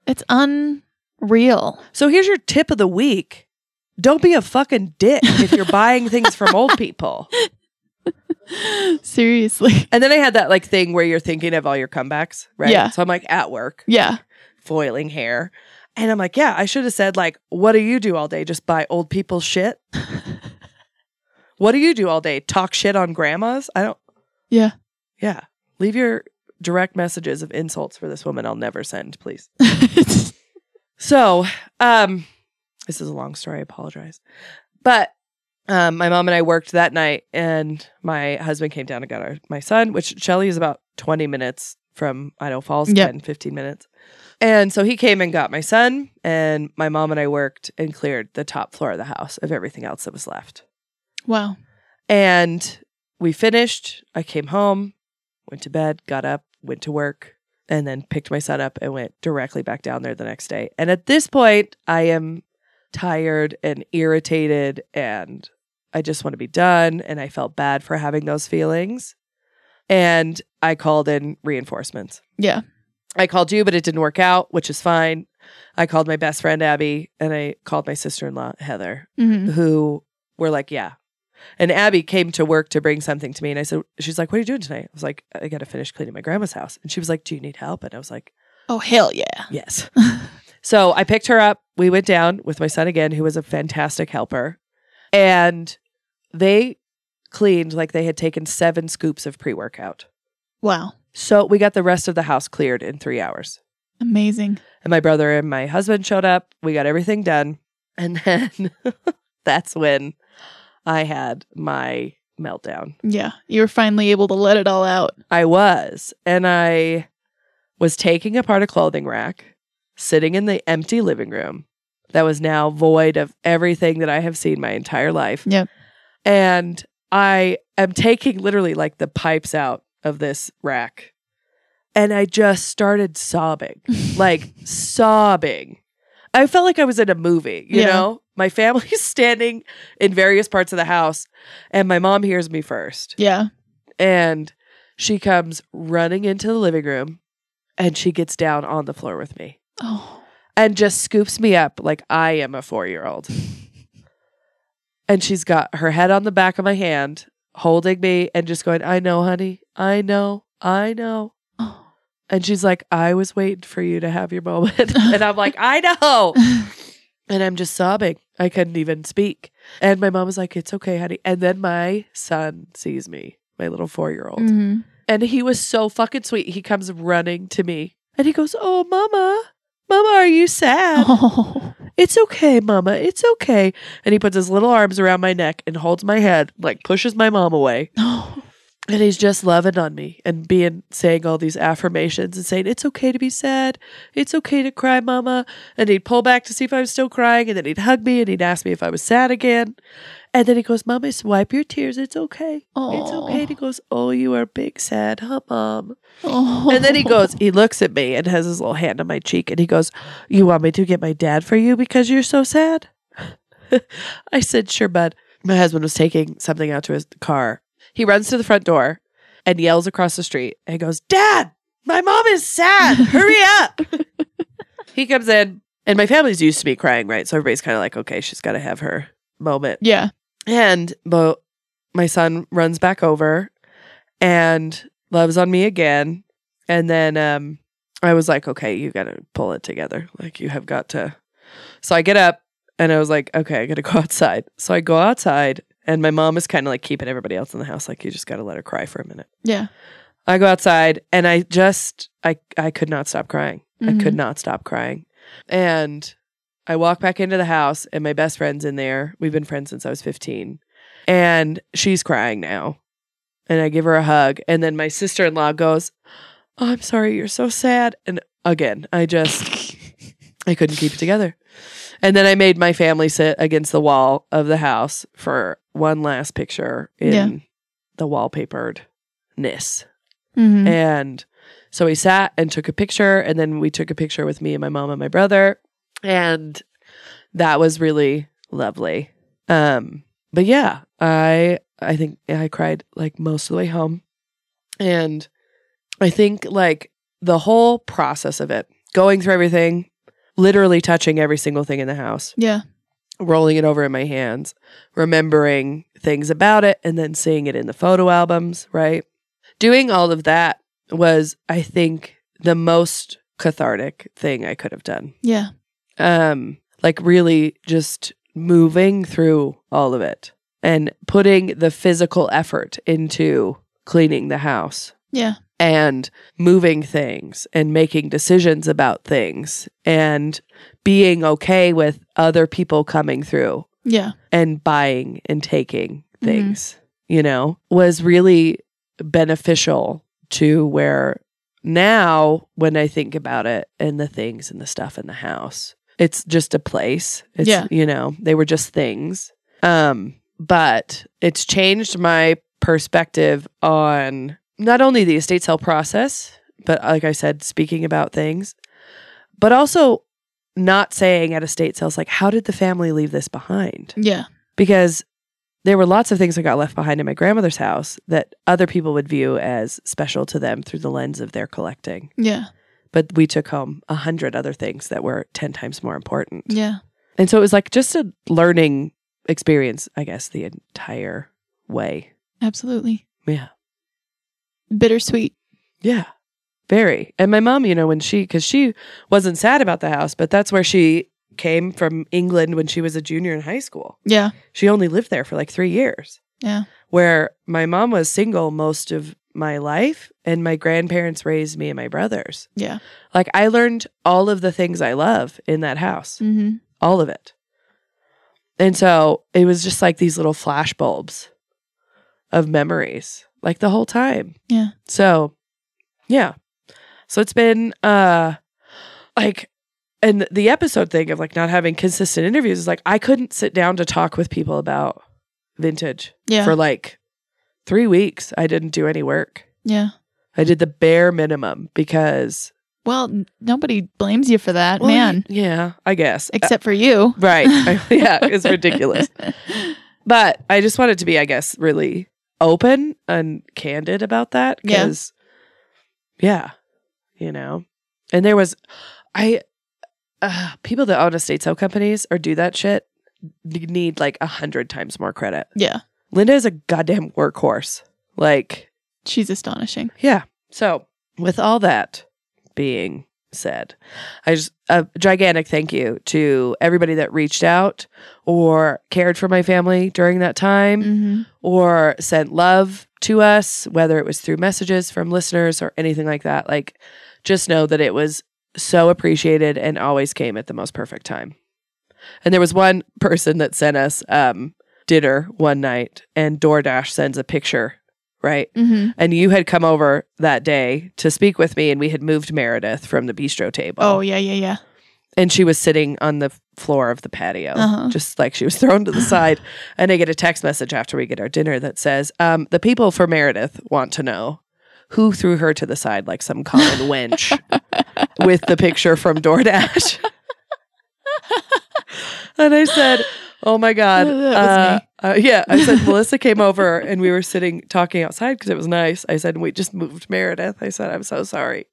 [SPEAKER 3] It's unreal.
[SPEAKER 2] So here's your tip of the week. Don't be a fucking dick if you're buying things from old people.
[SPEAKER 3] Seriously.
[SPEAKER 2] And then I had that like thing where you're thinking of all your comebacks, right?
[SPEAKER 3] Yeah.
[SPEAKER 2] So I'm like at work.
[SPEAKER 3] Yeah.
[SPEAKER 2] foiling hair. And I'm like, yeah, I should have said, like, what do you do all day? Just buy old people's shit? What do you do all day? Talk shit on grandmas? I don't.
[SPEAKER 3] Yeah.
[SPEAKER 2] Yeah. Leave your direct messages of insults for this woman I'll never send, please. So, um, this is a long story. I apologize. But um, my mom and I worked that night, and my husband came down and got our, my son, which Shelly is about 20 minutes from Idaho Falls,
[SPEAKER 3] Yep.
[SPEAKER 2] 10, 15 minutes. And so he came and got my son, and my mom and I worked and cleared the top floor of the house of everything else that was left.
[SPEAKER 3] wow.
[SPEAKER 2] And we finished. I came home, went to bed, got up, went to work, and then picked my son up and went directly back down there the next day. And at this point, I am tired and irritated and I just want to be done. And I felt bad for having those feelings. And I called in reinforcements.
[SPEAKER 3] Yeah.
[SPEAKER 2] I called you, but it didn't work out, which is fine. I called my best friend, Abby, and I called my sister in law, Heather
[SPEAKER 3] hmm
[SPEAKER 2] who were like, yeah. And Abby came to work to bring something to me. And I said, she's like, what are you doing tonight? I was like, I got to finish cleaning my grandma's house. And she was like, do you need help? And I was like,
[SPEAKER 3] Oh hell yeah.
[SPEAKER 2] yes. so I picked her up. We went down with my son again, who was a fantastic helper. And they cleaned like they had taken seven scoops of pre workout.
[SPEAKER 3] Wow.
[SPEAKER 2] So we got the rest of the house cleared in three hours.
[SPEAKER 3] Amazing.
[SPEAKER 2] And my brother and my husband showed up. We got everything done. And then that's when I had my meltdown.
[SPEAKER 3] Yeah. You were finally able to let it all out.
[SPEAKER 2] I was, and I was taking apart a clothing rack, sitting in the empty living room that was now void of everything that I have seen my entire life.
[SPEAKER 3] Yep.
[SPEAKER 2] And I am taking literally like the pipes out of this rack. And I just started sobbing. like sobbing. I felt like I was in a movie, you
[SPEAKER 3] Yeah.
[SPEAKER 2] know? My family's standing in various parts of the house, and my mom hears me first.
[SPEAKER 3] yeah.
[SPEAKER 2] And she comes running into the living room and she gets down on the floor with me
[SPEAKER 3] Oh.
[SPEAKER 2] and just scoops me up like I am a four year old. and she's got her head on the back of my hand, holding me and just going, I know, honey. I know. I know.
[SPEAKER 3] Oh.
[SPEAKER 2] And she's like, I was waiting for you to have your moment. and I'm like, I know. And I'm just sobbing. I couldn't even speak. And my mom was like, It's okay, honey. And then my son sees me, my little four year old.
[SPEAKER 3] Mhm.
[SPEAKER 2] And he was so fucking sweet. He comes running to me and he goes, Oh, mama, mama, are you sad?
[SPEAKER 3] Oh.
[SPEAKER 2] It's okay, mama. It's okay. And he puts his little arms around my neck and holds my head, like pushes my mom away.
[SPEAKER 3] Oh.
[SPEAKER 2] And he's just loving on me and being saying all these affirmations and saying, It's okay to be sad. It's okay to cry, mama. And he'd pull back to see if I was still crying. And then he'd hug me and he'd ask me if I was sad again. And then he goes, Mama, just wipe your tears. It's okay. It's okay. And he goes, Oh, you are big sad, huh, mom?
[SPEAKER 3] Oh.
[SPEAKER 2] And then he goes, He looks at me and has his little hand on my cheek. And he goes, You want me to get my dad for you because you're so sad? I said, Sure, bud. My husband was taking something out to his car he runs to the front door and yells across the street and goes, Dad, my mom is sad. Hurry up. he comes in, and my family's used to me crying, right? So everybody's kind of like, okay, she's got to have her moment.
[SPEAKER 3] Yeah.
[SPEAKER 2] And but my son runs back over and loves on me again. And then um I was like, okay, you gotta pull it together. Like you have got to So I get up and I was like, okay, I gotta go outside. So I go outside and my mom is kind of like keeping everybody else in the house, like you just gotta let her cry for a minute.
[SPEAKER 3] Yeah.
[SPEAKER 2] I go outside and I just I I could not stop crying. I could not stop crying. And I walk back into the house and my best friend's in there. We've been friends since I was 15. And she's crying now. And I give her a hug and then my sister-in-law goes, oh, "I'm sorry, you're so sad." And again, I just I couldn't keep it together. And then I made my family sit against the wall of the house for one last picture in
[SPEAKER 3] Yeah.
[SPEAKER 2] the wallpaperedness.
[SPEAKER 3] Mhm.
[SPEAKER 2] And so we sat and took a picture, and then we took a picture with me and my mom and my brother, and that was really lovely. Um, but yeah, I I think I cried like most of the way home, and I think like the whole process of it, going through everything, literally touching every single thing in the house,
[SPEAKER 3] Yeah.
[SPEAKER 2] rolling it over in my hands, remembering things about it, and then seeing it in the photo albums, right? Doing all of that was, I think, the most cathartic thing I could have done.
[SPEAKER 3] Yeah.
[SPEAKER 2] Um, like really just moving through all of it and putting the physical effort into cleaning the house
[SPEAKER 3] Yeah.
[SPEAKER 2] and moving things and making decisions about things and being okay with other people coming through
[SPEAKER 3] Yeah.
[SPEAKER 2] and buying and taking
[SPEAKER 3] Mhm.
[SPEAKER 2] things, you know, was really beneficial to where now when I think about it and the things and the stuff in the house, it's just a place. It's,
[SPEAKER 3] Yeah.
[SPEAKER 2] you know, they were just things. Um, but it's changed my perspective on not only the estate sale process, but like I said, speaking about things, but also not saying at estate sales, like, how did the family leave this behind?
[SPEAKER 3] Yeah.
[SPEAKER 2] because there were lots of things that got left behind in my grandmother's house that other people would view as special to them through the lens of their collecting.
[SPEAKER 3] Yeah.
[SPEAKER 2] But we took home a hundred other things that were 10 times more important.
[SPEAKER 3] Yeah.
[SPEAKER 2] And so it was like just a learning experience, I guess, the entire way.
[SPEAKER 3] Absolutely.
[SPEAKER 2] Yeah.
[SPEAKER 3] Bittersweet.
[SPEAKER 2] Yeah. Very. And my mom, you know, when she, because she wasn't sad about the house, but that's where she came from England when she was a junior in high school.
[SPEAKER 3] Yeah.
[SPEAKER 2] She only lived there for like three years.
[SPEAKER 3] Yeah.
[SPEAKER 2] Where my mom was single most of my life, and my grandparents raised me and my brothers.
[SPEAKER 3] Yeah.
[SPEAKER 2] Like I learned all of the things I love in that house,
[SPEAKER 3] Mm-hmm.
[SPEAKER 2] all of it. And so it was just like these little flash bulbs of memories, like the whole time.
[SPEAKER 3] Yeah.
[SPEAKER 2] So, yeah. So it's been uh like and the episode thing of like not having consistent interviews is like I couldn't sit down to talk with people about vintage
[SPEAKER 3] Yeah.
[SPEAKER 2] for like 3 weeks. I didn't do any work.
[SPEAKER 3] yeah.
[SPEAKER 2] I did the bare minimum because
[SPEAKER 3] Well, n- nobody blames you for that,
[SPEAKER 2] Well,
[SPEAKER 3] man.
[SPEAKER 2] Yeah, I guess.
[SPEAKER 3] Except for you.
[SPEAKER 2] Uh, right. yeah, it's ridiculous. But I just wanted to be, I guess, really open and candid about that
[SPEAKER 3] Yeah.
[SPEAKER 2] because, yeah. you know, and there was, I, uh, people that own estate sale companies or do that shit n- need like a hundred times more credit.
[SPEAKER 3] yeah.
[SPEAKER 2] Linda is a goddamn workhorse. Like,
[SPEAKER 3] She's astonishing.
[SPEAKER 2] yeah. So, with all that being said, I just a gigantic thank you to everybody that reached out or cared for my family during that time
[SPEAKER 3] Mm-hmm.
[SPEAKER 2] or sent love to us, whether it was through messages from listeners or anything like that. Like, just know that it was so appreciated and always came at the most perfect time. And there was one person that sent us um, dinner one night, and DoorDash sends a picture, right?
[SPEAKER 3] Mm-hmm.
[SPEAKER 2] And you had come over that day to speak with me, and we had moved Meredith from the bistro table.
[SPEAKER 3] Oh, yeah, yeah, yeah.
[SPEAKER 2] And she was sitting on the floor of the patio,
[SPEAKER 3] Uh-huh.
[SPEAKER 2] just like she was thrown to the side. And I get a text message after we get our dinner that says, um, The people for Meredith want to know who threw her to the side like some common wench with the picture from DoorDash. and I said, Oh my God.
[SPEAKER 3] Oh, that
[SPEAKER 2] uh, uh, yeah. I said, Melissa came over and we were sitting talking outside because it was nice. I said, We just moved Meredith. I said, I'm so sorry.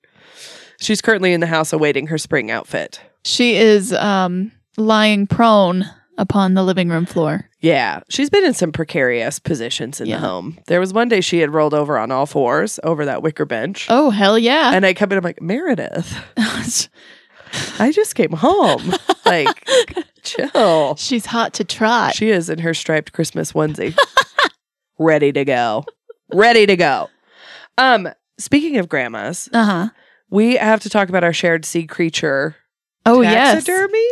[SPEAKER 2] She's currently in the house awaiting her spring outfit.
[SPEAKER 3] She is um, lying prone upon the living room floor.
[SPEAKER 2] Yeah, she's been in some precarious positions in
[SPEAKER 3] Yeah.
[SPEAKER 2] the home. There was one day she had rolled over on all fours over that wicker bench.
[SPEAKER 3] Oh, hell yeah.
[SPEAKER 2] And I come in, I'm like, Meredith, I just came home. like, chill.
[SPEAKER 3] She's hot to trot.
[SPEAKER 2] She is in her striped Christmas onesie, ready to go, ready to go. Um, speaking of grandmas,
[SPEAKER 3] uh huh.
[SPEAKER 2] we have to talk about our shared sea creature
[SPEAKER 3] Oh, yes.
[SPEAKER 2] taxidermy.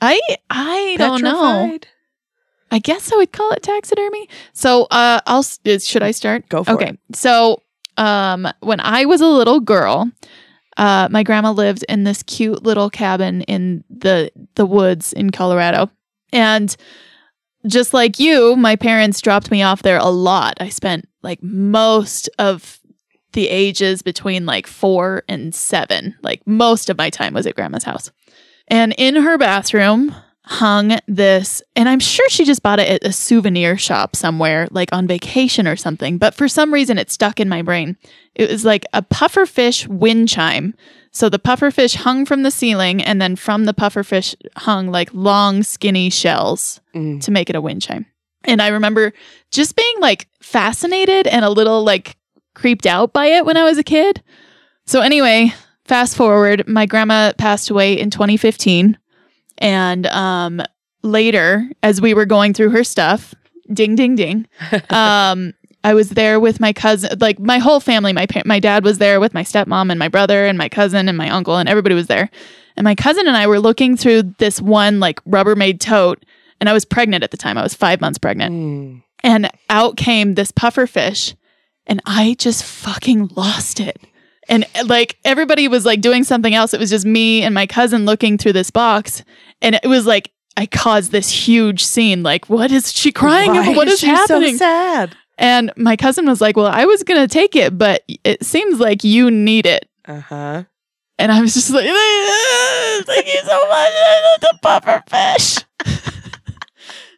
[SPEAKER 3] I I don't know.
[SPEAKER 2] Petrified?
[SPEAKER 3] I guess I would call it taxidermy. So, uh, I'll s- should I start?
[SPEAKER 2] Go for
[SPEAKER 3] okay.
[SPEAKER 2] it.
[SPEAKER 3] So, um, when I was a little girl, uh, my grandma lived in this cute little cabin in the the woods in Colorado, and just like you, my parents dropped me off there a lot. I spent like most of the ages between like four and seven. Like most of my time was at grandma's house, and in her bathroom hung this and i'm sure she just bought it at a souvenir shop somewhere like on vacation or something but for some reason it stuck in my brain it was like a pufferfish wind chime so the pufferfish hung from the ceiling and then from the pufferfish hung like long skinny shells
[SPEAKER 2] Mm.
[SPEAKER 3] to make it a wind chime and i remember just being like fascinated and a little like creeped out by it when i was a kid so anyway fast forward my grandma passed away in 2015 and um later as we were going through her stuff ding ding ding um i was there with my cousin like my whole family my pa- my dad was there with my stepmom and my brother and my cousin and my uncle and everybody was there and my cousin and i were looking through this one like rubbermaid tote and i was pregnant at the time i was five months pregnant
[SPEAKER 2] Mm.
[SPEAKER 3] and out came this puffer fish and i just fucking lost it and eh, like everybody was like doing something else it was just me and my cousin looking through this box and it was like i caused this huge scene like what is she crying
[SPEAKER 2] Why
[SPEAKER 3] about? what is,
[SPEAKER 2] she
[SPEAKER 3] happening
[SPEAKER 2] So sad.
[SPEAKER 3] and my cousin was like well i was gonna take it but it seems like you need it
[SPEAKER 2] Uh huh.
[SPEAKER 3] and i was just like thank you so much I love the puffer fish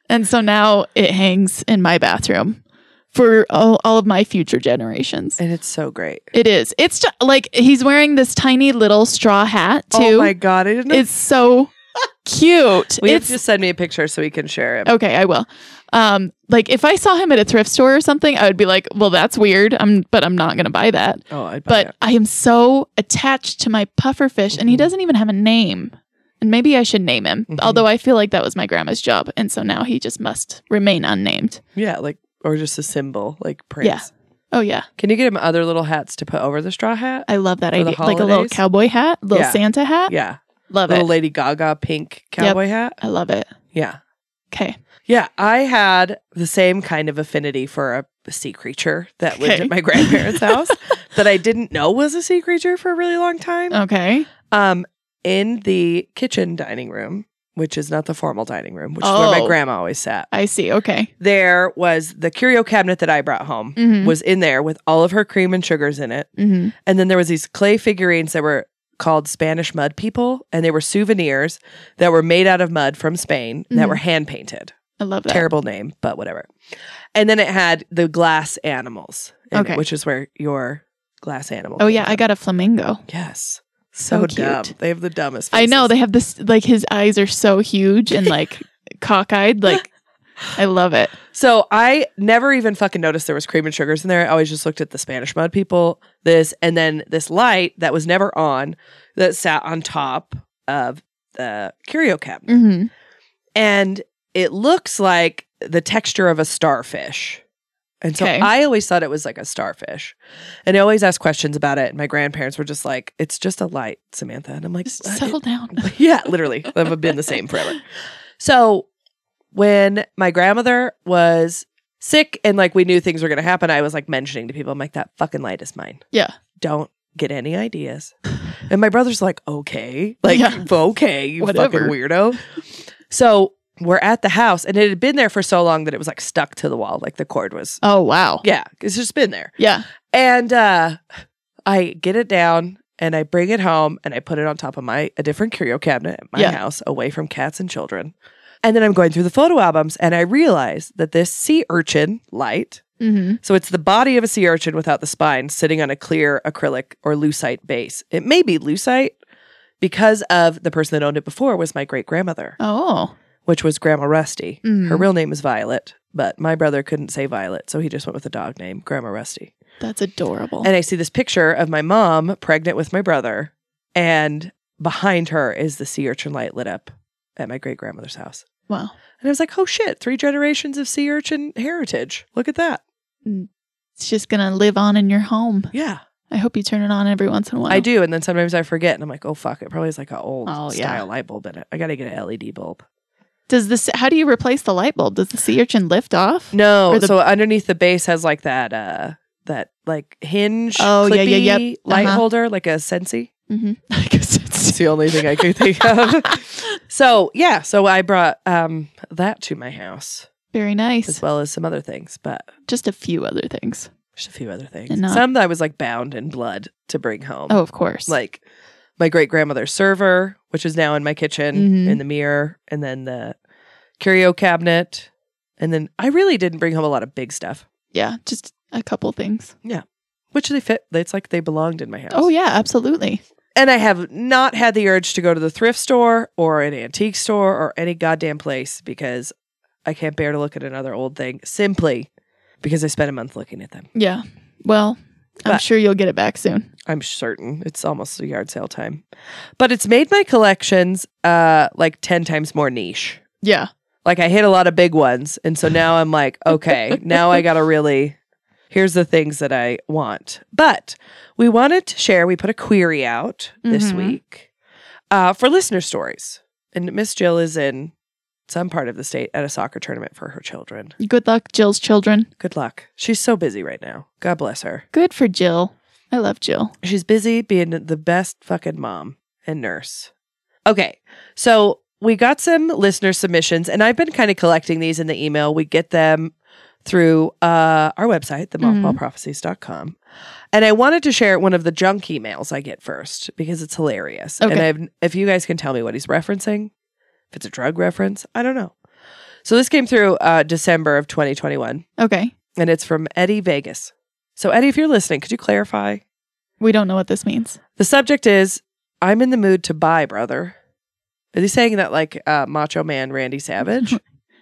[SPEAKER 3] and so now it hangs in my bathroom for all, all of my future generations.
[SPEAKER 2] And it's so great.
[SPEAKER 3] It is. It's just, like he's wearing this tiny little straw hat too.
[SPEAKER 2] Oh my god! I didn't. Know.
[SPEAKER 3] It's so cute.
[SPEAKER 2] we have
[SPEAKER 3] it's Oh,
[SPEAKER 2] to send me a picture so we can share it.
[SPEAKER 3] okay. I will. Um, like if I saw him at a thrift store or something, I would be like, "Well, that's weird." I'm, but I'm not gonna buy that.
[SPEAKER 2] Oh, I'd buy
[SPEAKER 3] But
[SPEAKER 2] it.
[SPEAKER 3] I am so attached to my pufferfish, and he
[SPEAKER 2] Mhm.
[SPEAKER 3] doesn't even have a name. And maybe I should name him.
[SPEAKER 2] Mhm.
[SPEAKER 3] Although I feel like that was my grandma's job, and so now he just must remain unnamed.
[SPEAKER 2] yeah, like or just a symbol like praise.
[SPEAKER 3] Yeah. Oh yeah,
[SPEAKER 2] Can you get him other little hats to put over the straw hat?
[SPEAKER 3] I love that
[SPEAKER 2] For the
[SPEAKER 3] idea. Like a little
[SPEAKER 2] holidays?
[SPEAKER 3] cowboy hat, little
[SPEAKER 2] Yeah.
[SPEAKER 3] Santa hat.
[SPEAKER 2] Yeah,
[SPEAKER 3] Love
[SPEAKER 2] little
[SPEAKER 3] it.
[SPEAKER 2] Lady Gaga pink cowboy hat.
[SPEAKER 3] I love it.
[SPEAKER 2] Yeah,
[SPEAKER 3] Okay.
[SPEAKER 2] yeah. I had the same kind of affinity for a sea creature that lived
[SPEAKER 3] Okay.
[SPEAKER 2] at my grandparents' house that I didn't know was a sea creature for a really long time.
[SPEAKER 3] Okay.
[SPEAKER 2] Um, in the kitchen dining room, which is not the formal dining room, which is where
[SPEAKER 3] Oh.
[SPEAKER 2] my grandma always sat.
[SPEAKER 3] I see. Okay.
[SPEAKER 2] There was the curio cabinet that I brought home
[SPEAKER 3] Mm-hmm.
[SPEAKER 2] was in there with all of her cream and sugars in it.
[SPEAKER 3] mm-hmm.
[SPEAKER 2] And then there was these clay figurines that were called Spanish mud people, and they were souvenirs that were made out of mud from Spain
[SPEAKER 3] Mhm.
[SPEAKER 2] that were hand painted.
[SPEAKER 3] I love that.
[SPEAKER 2] Terrible name, but whatever. And then it had the glass animals, in it,
[SPEAKER 3] Okay.
[SPEAKER 2] which is where your glass animal.
[SPEAKER 3] Oh
[SPEAKER 2] came
[SPEAKER 3] yeah, I
[SPEAKER 2] from.
[SPEAKER 3] got a flamingo.
[SPEAKER 2] yes,
[SPEAKER 3] So
[SPEAKER 2] so,
[SPEAKER 3] cute.
[SPEAKER 2] dumb. They have the dumbest.
[SPEAKER 3] I know
[SPEAKER 2] faces.
[SPEAKER 3] they have this. Like his eyes are so huge and like cockeyed. Like I love it.
[SPEAKER 2] So I never even fucking noticed there was cream and sugars in there. I always just looked at the Spanish mud people, this, and then this light that was never on that sat on top of the curio cabinet.
[SPEAKER 3] Mm-hmm.
[SPEAKER 2] And it looks like the texture of a starfish. And so
[SPEAKER 3] Okay.
[SPEAKER 2] I always thought it was like a starfish. And I always asked questions about it. And my grandparents were just like, it's just a light, Samantha. And I'm like,
[SPEAKER 3] Just
[SPEAKER 2] "What?
[SPEAKER 3] settle down.
[SPEAKER 2] yeah, literally. I've been the same forever. So when my grandmother was sick and like we knew things were going to happen, I was like mentioning to people, I'm like, that fucking light is mine.
[SPEAKER 3] Yeah.
[SPEAKER 2] Don't get any ideas. And my brother's like, okay, like,
[SPEAKER 3] Yeah.
[SPEAKER 2] okay, you
[SPEAKER 3] Whatever.
[SPEAKER 2] fucking weirdo. So we're at the house and it had been there for so long that it was like stuck to the wall. Like the cord was,
[SPEAKER 3] Oh wow.
[SPEAKER 2] yeah, it's just been there.
[SPEAKER 3] Yeah.
[SPEAKER 2] And uh I get it down and I bring it home and I put it on top of my a different curio cabinet at my
[SPEAKER 3] Yeah.
[SPEAKER 2] house away from cats and children. And then I'm going through the photo albums and I realize that this sea urchin light,
[SPEAKER 3] Mm-hmm.
[SPEAKER 2] so it's the body of a sea urchin without the spine sitting on a clear acrylic or lucite base. It may be lucite because of the person that owned it before was my great grandmother,
[SPEAKER 3] Oh.
[SPEAKER 2] which was Grandma Rusty.
[SPEAKER 3] Mm.
[SPEAKER 2] Her real name is Violet, but my brother couldn't say Violet, so he just went with the dog name, Grandma Rusty.
[SPEAKER 3] That's adorable.
[SPEAKER 2] And I see this picture of my mom pregnant with my brother, and behind her is the sea urchin light lit up at my great grandmother's house.
[SPEAKER 3] wow.
[SPEAKER 2] And I was like, oh shit, three generations of sea urchin heritage. Look at that.
[SPEAKER 3] It's just gonna live on in your home.
[SPEAKER 2] Yeah,
[SPEAKER 3] I hope you turn it on every once in a while.
[SPEAKER 2] I do. And then sometimes I forget, and I'm like, oh fuck, it probably is like an old
[SPEAKER 3] Oh, yeah.
[SPEAKER 2] style light bulb in it. I got to get an LED bulb.
[SPEAKER 3] Does this? How do you replace the light bulb? Does the sea urchin lift off? Or
[SPEAKER 2] No,
[SPEAKER 3] the-
[SPEAKER 2] so underneath the base has like that, uh, that like hinge,
[SPEAKER 3] Oh, yeah, yeah,
[SPEAKER 2] clippy
[SPEAKER 3] yep.
[SPEAKER 2] light
[SPEAKER 3] Uh-huh.
[SPEAKER 2] holder, like a Sensi.
[SPEAKER 3] Mm-hmm. I guess
[SPEAKER 2] It's
[SPEAKER 3] it's.
[SPEAKER 2] the only thing I could think of. So yeah, so I brought um that to my house
[SPEAKER 3] Very
[SPEAKER 2] as
[SPEAKER 3] nice.
[SPEAKER 2] well as some other things, but
[SPEAKER 3] Just a few other things.
[SPEAKER 2] just a few other things.
[SPEAKER 3] And not-
[SPEAKER 2] some that I was like bound in blood to bring home.
[SPEAKER 3] Oh, of course.
[SPEAKER 2] Like my great grandmother's server, which is now in my kitchen
[SPEAKER 3] Mhm.
[SPEAKER 2] in the mirror, and then the curio cabinet. And then I really didn't bring home a lot of big stuff,
[SPEAKER 3] yeah, just a couple things.
[SPEAKER 2] which they fit. It's like they belonged in my house.
[SPEAKER 3] Oh yeah, absolutely.
[SPEAKER 2] And I have not had the urge to go to the thrift store or an antique store or any goddamn place because I can't bear to look at another old thing simply because I spent a month looking at them.
[SPEAKER 3] Yeah. Well, I'm
[SPEAKER 2] But-
[SPEAKER 3] sure you'll get it back soon.
[SPEAKER 2] I'm certain it's almost a yard sale time. But it's made my collections uh like 10 times more niche.
[SPEAKER 3] Yeah.
[SPEAKER 2] Like I hit a lot of big ones. And so now I'm like, okay, now I got to really, here's the things that I want. But we wanted to share, we put a query out this
[SPEAKER 3] Mhm.
[SPEAKER 2] week uh, for listener stories. And Miss Jill is in some part of the state at a soccer tournament for her children.
[SPEAKER 3] Good luck, Jill's children.
[SPEAKER 2] Good luck. She's so busy right now. God bless her.
[SPEAKER 3] Good for Jill. I love Jill.
[SPEAKER 2] She's busy being the best fucking mom and nurse. Okay. So we got some listener submissions, and I've been kind of collecting these in the email. We get them through uh, our website, themomfallprophecies.com. And I wanted to share one of the junk emails I get first because it's hilarious. And
[SPEAKER 3] Okay.
[SPEAKER 2] I've, if you guys can tell me what he's referencing, if it's a drug reference, I don't know. So this came through uh, December of 2021,
[SPEAKER 3] Okay.
[SPEAKER 2] and it's from Eddie Vegas. So, Eddie, if you're listening, could you clarify?
[SPEAKER 3] We don't know what this means.
[SPEAKER 2] The subject is I'm in the mood to buy, brother. Is he saying that like uh, Macho Man Randy Savage?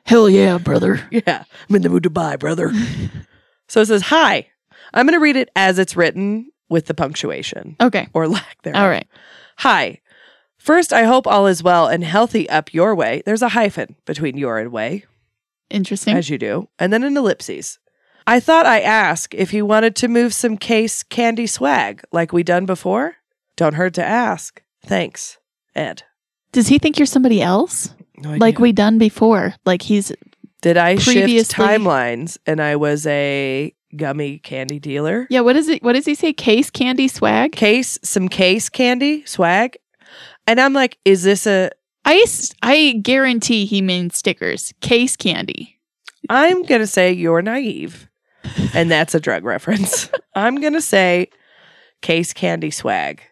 [SPEAKER 3] Hell yeah, brother.
[SPEAKER 2] yeah, I'm in the mood to buy, brother. so it says, Hi, I'm going to read it as it's written with the punctuation
[SPEAKER 3] Okay.
[SPEAKER 2] or lack thereof.
[SPEAKER 3] All right.
[SPEAKER 2] Hi. First, I hope all is well and healthy up your way. There's a hyphen between your and way.
[SPEAKER 3] Interesting.
[SPEAKER 2] as you do, and then an ellipses. I thought I ask if he wanted to move some case candy swag like we done before. Don't hurt to ask. Thanks, Ed.
[SPEAKER 3] Does he think you're somebody else?
[SPEAKER 2] No
[SPEAKER 3] Like we done before. Like he's
[SPEAKER 2] did I shift
[SPEAKER 3] previously-
[SPEAKER 2] timelines and I was a gummy candy dealer?
[SPEAKER 3] Yeah, what is it? What does he say? Case candy swag?
[SPEAKER 2] Case some case candy swag, and I'm like, is this a?
[SPEAKER 3] I s- I guarantee he means stickers. Case candy.
[SPEAKER 2] I'm gonna say you're naive, and that's a drug reference. I'm gonna say case candy swag.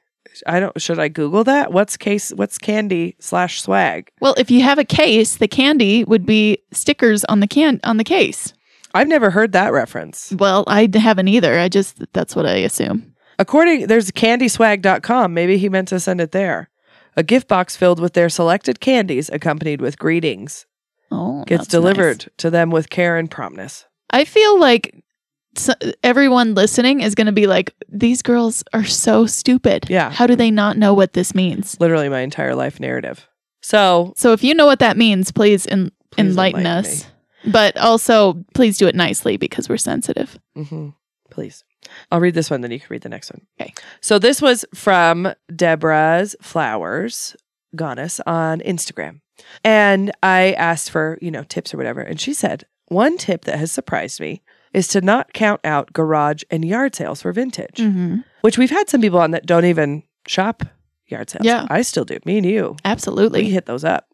[SPEAKER 2] I don't. Should I Google that? What's case? What's candy slash swag?
[SPEAKER 3] Well, if you have a case, the candy would be stickers on the can on the case.
[SPEAKER 2] I've never heard that reference.
[SPEAKER 3] Well, I d- haven't either. I just that's what I assume.
[SPEAKER 2] According, there's candyswag.com. Maybe he meant to send it there. A gift box filled with their selected candies, accompanied with greetings,
[SPEAKER 3] Oh,
[SPEAKER 2] gets
[SPEAKER 3] that's
[SPEAKER 2] delivered
[SPEAKER 3] nice.
[SPEAKER 2] to them with care and promptness.
[SPEAKER 3] I feel like so, everyone listening is going to be like, "These girls are so stupid.
[SPEAKER 2] Yeah.
[SPEAKER 3] how do they not know what this means?"
[SPEAKER 2] Literally, my entire life narrative. So
[SPEAKER 3] So, if you know what that means, please, en-
[SPEAKER 2] Please
[SPEAKER 3] enlighten,
[SPEAKER 2] enlighten
[SPEAKER 3] us. But also, please do it nicely because we're sensitive.
[SPEAKER 2] Mm-hmm. Please. I'll read this one, then you can read the next one.
[SPEAKER 3] Okay.
[SPEAKER 2] So this was from Deborah's Flowers Goddess on Instagram. And I asked for, you know, tips or whatever. And she said, one tip that has surprised me is to not count out garage and yard sales for vintage,
[SPEAKER 3] Mm-hmm.
[SPEAKER 2] which we've had some people on that don't even shop yard sales.
[SPEAKER 3] Yeah.
[SPEAKER 2] I still do. Me and you. We
[SPEAKER 3] Absolutely.
[SPEAKER 2] hit those up.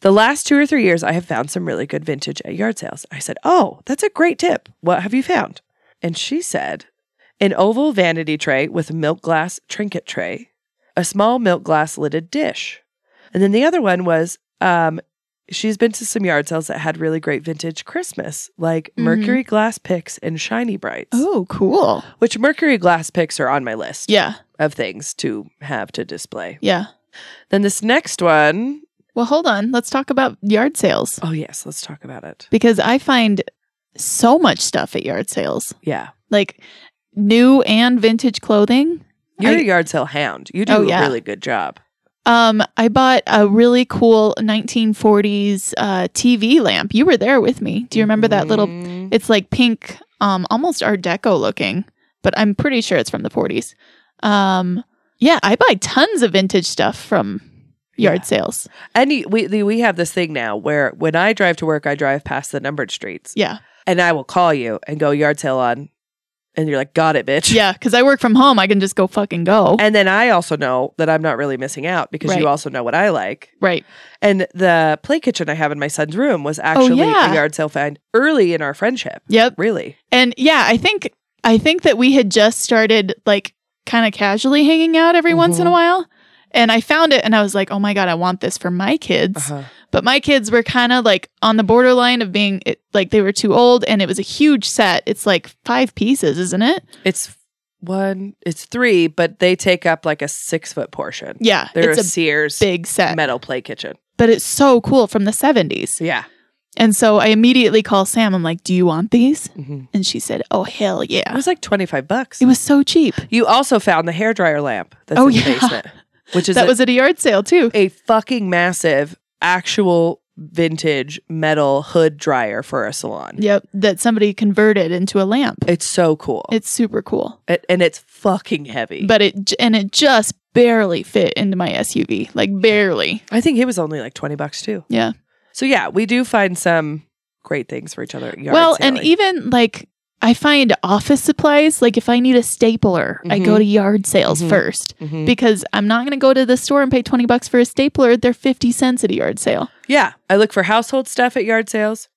[SPEAKER 2] The last two or three years, I have found some really good vintage at yard sales. I said, Oh, that's a great tip. What have you found? And she said, An oval vanity tray with a milk glass trinket tray, a small milk glass lidded dish. And then the other one was, um, She's been to some yard sales that had really great vintage Christmas, like
[SPEAKER 3] Mhm.
[SPEAKER 2] mercury glass picks and shiny brights,
[SPEAKER 3] Oh, cool.
[SPEAKER 2] which mercury glass picks are on my list
[SPEAKER 3] Yeah,
[SPEAKER 2] of things to have to display.
[SPEAKER 3] yeah.
[SPEAKER 2] Then this next one,
[SPEAKER 3] Well, hold on. Let's talk about yard sales
[SPEAKER 2] oh, yes, let's talk about it.
[SPEAKER 3] because I find so much stuff at yard sales,
[SPEAKER 2] Yeah.
[SPEAKER 3] like new and vintage clothing.
[SPEAKER 2] You're
[SPEAKER 3] I-
[SPEAKER 2] a yard sale hound. You do
[SPEAKER 3] Oh, yeah.
[SPEAKER 2] a really good job.
[SPEAKER 3] Um, I bought a really cool 1940s uh, TV lamp. You were there with me. Do you remember that little?
[SPEAKER 2] Mhm.
[SPEAKER 3] It's like pink, um, almost Art Deco looking, but I'm pretty sure it's from the 40s. Um, yeah, I buy tons of vintage stuff from yard
[SPEAKER 2] Yeah.
[SPEAKER 3] sales.
[SPEAKER 2] And you- we the- we have this thing now where when I drive to work, I drive past the numbered streets,
[SPEAKER 3] Yeah,
[SPEAKER 2] and I will call you and go yard sale on, and you're like, got it, bitch.
[SPEAKER 3] yeah, because I work from home, I can just go fucking go.
[SPEAKER 2] And then I also know that I'm not really missing out because
[SPEAKER 3] Right.
[SPEAKER 2] you also know what I like.
[SPEAKER 3] right.
[SPEAKER 2] And the play kitchen I have in my son's room was actually
[SPEAKER 3] Oh, yeah.
[SPEAKER 2] a yard sale find early in our friendship.
[SPEAKER 3] Yep.
[SPEAKER 2] Really.
[SPEAKER 3] And yeah, I think I think that we had just started like kind of casually hanging out every once in a
[SPEAKER 2] Mhm.
[SPEAKER 3] while. And I found it and I was like, "Oh my god, I want this for my kids."
[SPEAKER 2] Uh-huh.
[SPEAKER 3] But my kids were kind of like on the borderline of being it, like they were too old and it was a huge set. It's like 5 pieces, isn't it?
[SPEAKER 2] It's one, it's three, but they take up like a six foot portion.
[SPEAKER 3] Yeah,
[SPEAKER 2] They're
[SPEAKER 3] it's
[SPEAKER 2] a,
[SPEAKER 3] a
[SPEAKER 2] Sears
[SPEAKER 3] big set.
[SPEAKER 2] metal play kitchen.
[SPEAKER 3] But it's so cool from the 70s.
[SPEAKER 2] Yeah.
[SPEAKER 3] And so I immediately call Sam. I'm like, "Do you want these?"
[SPEAKER 2] Mm-hmm.
[SPEAKER 3] And she said, "Oh hell
[SPEAKER 2] It
[SPEAKER 3] yeah."
[SPEAKER 2] was like 25 bucks.
[SPEAKER 3] It was so cheap.
[SPEAKER 2] you also found the hairdryer lamp that's
[SPEAKER 3] Oh,
[SPEAKER 2] in the
[SPEAKER 3] yeah.
[SPEAKER 2] basement, which is
[SPEAKER 3] that
[SPEAKER 2] a,
[SPEAKER 3] was at a yard sale too.
[SPEAKER 2] a fucking massive actual vintage metal hood dryer for a salon.
[SPEAKER 3] Yep. That somebody converted into a lamp.
[SPEAKER 2] It's so cool.
[SPEAKER 3] It's super cool.
[SPEAKER 2] It, and it's fucking heavy.
[SPEAKER 3] But it j- and it just barely fit into my SUV. Like barely.
[SPEAKER 2] I think it was only like 20 bucks too.
[SPEAKER 3] Yeah.
[SPEAKER 2] So yeah, we do find some great things for each other. At yard
[SPEAKER 3] well, and
[SPEAKER 2] saling.
[SPEAKER 3] even like I find office supplies, like if I need a stapler, I go
[SPEAKER 2] Mhm.
[SPEAKER 3] to yard sales
[SPEAKER 2] Mhm.
[SPEAKER 3] first
[SPEAKER 2] Mhm.
[SPEAKER 3] because I'm not going to go to the store and pay 20 bucks for a stapler. They're 50 cents at a yard sale.
[SPEAKER 2] yeah, I look for household stuff at yard sales,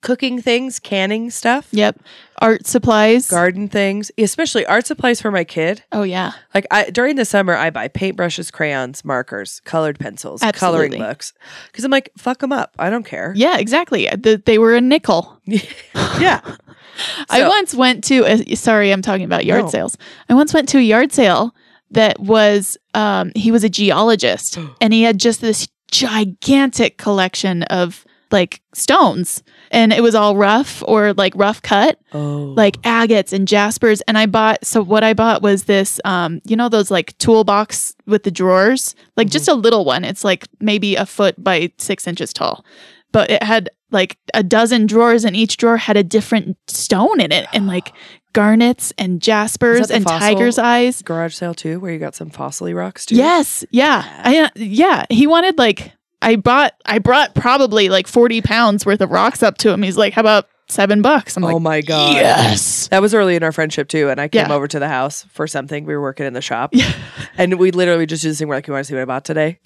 [SPEAKER 2] cooking things, canning stuff,
[SPEAKER 3] Yep. Art supplies.
[SPEAKER 2] garden things, especially art supplies for my kid.
[SPEAKER 3] oh, yeah.
[SPEAKER 2] Like I during the summer, I buy paintbrushes, crayons, markers, colored pencils,
[SPEAKER 3] Absolutely.
[SPEAKER 2] coloring books, because I'm like, fuck them up. I don't care.
[SPEAKER 3] Yeah, exactly. The, they were a nickel.
[SPEAKER 2] yeah.
[SPEAKER 3] I
[SPEAKER 2] So-
[SPEAKER 3] once went to a, sorry, I'm talking about yard
[SPEAKER 2] No.
[SPEAKER 3] sales. I once went to a yard sale that was, um, he was a geologist and he had just this gigantic collection of like stones and it was all rough or like rough cut.
[SPEAKER 2] Oh,
[SPEAKER 3] like agates and jaspers and i bought so what i bought was this um you know those like toolbox with the drawers like just
[SPEAKER 2] Mm-hmm.
[SPEAKER 3] a little one it's like maybe a foot by six inches tall but it had like a dozen drawers and each drawer had a different stone in it and like garnets and
[SPEAKER 2] Is
[SPEAKER 3] jaspers
[SPEAKER 2] that the
[SPEAKER 3] and
[SPEAKER 2] fossil
[SPEAKER 3] tiger's eyes
[SPEAKER 2] garage sale too, where you got some fossily rocks too.
[SPEAKER 3] yes yeah I, uh, yeah he wanted like i bought i brought probably like 40 pounds worth of rocks up to him he's like how about seven bucks i'm
[SPEAKER 2] Oh
[SPEAKER 3] like
[SPEAKER 2] my god.
[SPEAKER 3] yes
[SPEAKER 2] That was early in our friendship too, and I came
[SPEAKER 3] Yeah.
[SPEAKER 2] over to the house for something. We were working in the shop,
[SPEAKER 3] Yeah.
[SPEAKER 2] and we literally just did this thing. We're like, "You want to see what I bought today?"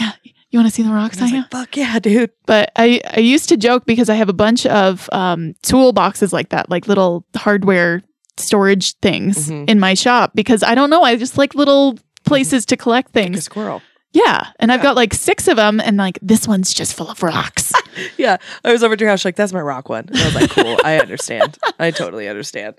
[SPEAKER 3] you want to see the rocks
[SPEAKER 2] And I was
[SPEAKER 3] I have?
[SPEAKER 2] like, "Fuck yeah, dude!"
[SPEAKER 3] But I, I used to joke because I have a bunch of um, toolboxes like that, like little hardware storage things
[SPEAKER 2] Mhm.
[SPEAKER 3] in my shop because I don't know. I just like little places to collect
[SPEAKER 2] Mm-hmm. Like a
[SPEAKER 3] things.
[SPEAKER 2] squirrel.
[SPEAKER 3] Yeah. And I've
[SPEAKER 2] Yeah.
[SPEAKER 3] got like six of them and like this one's just full of rocks.
[SPEAKER 2] Yeah, I was over to your house. Like, that's my rock one. And I was like, "Cool, I understand. I totally understand."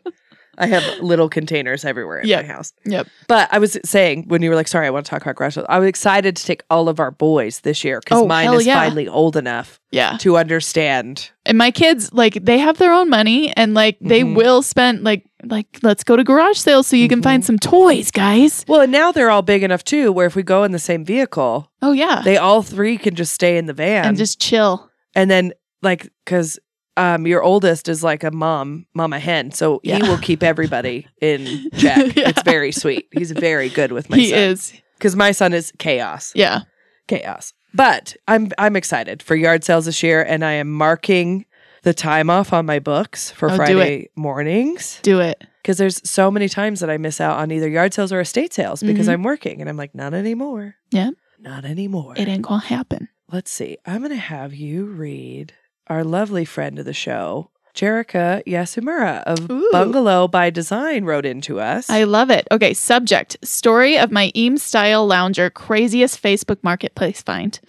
[SPEAKER 2] I have little containers everywhere in
[SPEAKER 3] Yeah.
[SPEAKER 2] my house.
[SPEAKER 3] Yep.
[SPEAKER 2] But I was saying when you were like, "Sorry, I want to talk about garage sales." I was excited to take all of our boys this year because
[SPEAKER 3] Oh,
[SPEAKER 2] mine
[SPEAKER 3] hell
[SPEAKER 2] is
[SPEAKER 3] yeah.
[SPEAKER 2] finally old enough
[SPEAKER 3] yeah.
[SPEAKER 2] to understand.
[SPEAKER 3] And my kids, like they have their own money and like they
[SPEAKER 2] Mhm.
[SPEAKER 3] will spend like, like let's go to garage sales so you can
[SPEAKER 2] Mhm.
[SPEAKER 3] find some toys, guys.
[SPEAKER 2] Well, and now they're all big enough too, where if we go in the same vehicle,
[SPEAKER 3] Oh yeah.
[SPEAKER 2] they all three can just stay in the van
[SPEAKER 3] and just chill.
[SPEAKER 2] and then like because um your oldest is like a mom mama hen so
[SPEAKER 3] Yeah.
[SPEAKER 2] he will keep everybody in check
[SPEAKER 3] Yeah.
[SPEAKER 2] it's very sweet he's very good with my
[SPEAKER 3] he
[SPEAKER 2] son
[SPEAKER 3] is.
[SPEAKER 2] because my son is chaos
[SPEAKER 3] Yeah.
[SPEAKER 2] chaos but i'm i'm excited for yard sales this year and i am marking the time off on my books for
[SPEAKER 3] Oh, do
[SPEAKER 2] friday mornings
[SPEAKER 3] Do it.
[SPEAKER 2] because there's so many times that i miss out on either yard sales or estate sales because i'm working and i'm like not anymore
[SPEAKER 3] Mm-hmm. Yeah.
[SPEAKER 2] not anymore
[SPEAKER 3] It ain't gonna happen.
[SPEAKER 2] let's see. I'm going to have you read our lovely friend of the show, Jerrica Yasumura of
[SPEAKER 3] Ooh.
[SPEAKER 2] Bungalow by Design, wrote into us.
[SPEAKER 3] I love it. Okay, subject story of my Eames style lounger craziest Facebook marketplace find.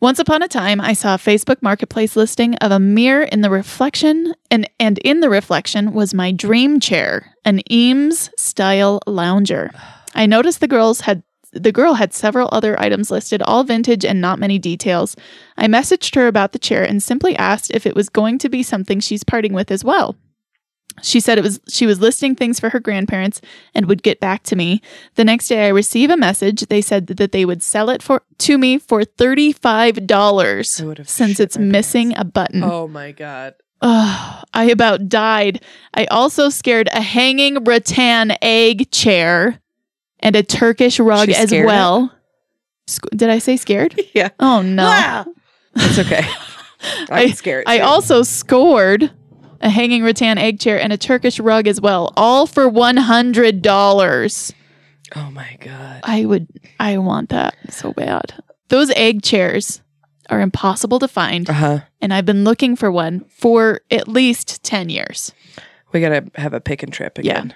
[SPEAKER 3] Once upon a time, I saw a Facebook marketplace listing of a mirror in the reflection, and, and in the reflection was my dream chair, an Eames style lounger. I noticed the girls had the girl had several other items listed, all vintage and not many details. I messaged her about the chair and simply asked if it was going to be something she's parting with as well. She said it was she was listing things for her grandparents and would get back to me. The next day I receive a message. They said that they would sell it for to me for
[SPEAKER 2] I
[SPEAKER 3] $35
[SPEAKER 2] would have
[SPEAKER 3] since
[SPEAKER 2] shit
[SPEAKER 3] it's
[SPEAKER 2] my pants.
[SPEAKER 3] missing mm. a button.
[SPEAKER 2] Oh my God.
[SPEAKER 3] Ugh, I about died. I also scared a hanging rattan egg chair and a Turkish rug
[SPEAKER 2] She
[SPEAKER 3] as
[SPEAKER 2] scared
[SPEAKER 3] well. Sc- Did I say scared?
[SPEAKER 2] Yeah.
[SPEAKER 3] Oh no.
[SPEAKER 2] Ah! It's okay. I'm scared.
[SPEAKER 3] I
[SPEAKER 2] too.
[SPEAKER 3] also scored a hanging rattan egg chair and a Turkish rug as well, all for $100.
[SPEAKER 2] Oh my God.
[SPEAKER 3] I would I want that so bad. Those egg chairs are impossible to find
[SPEAKER 2] Uh huh.
[SPEAKER 3] and I've been looking for one for at least 10 years.
[SPEAKER 2] We got to have a pick and trip
[SPEAKER 3] Yeah.
[SPEAKER 2] again.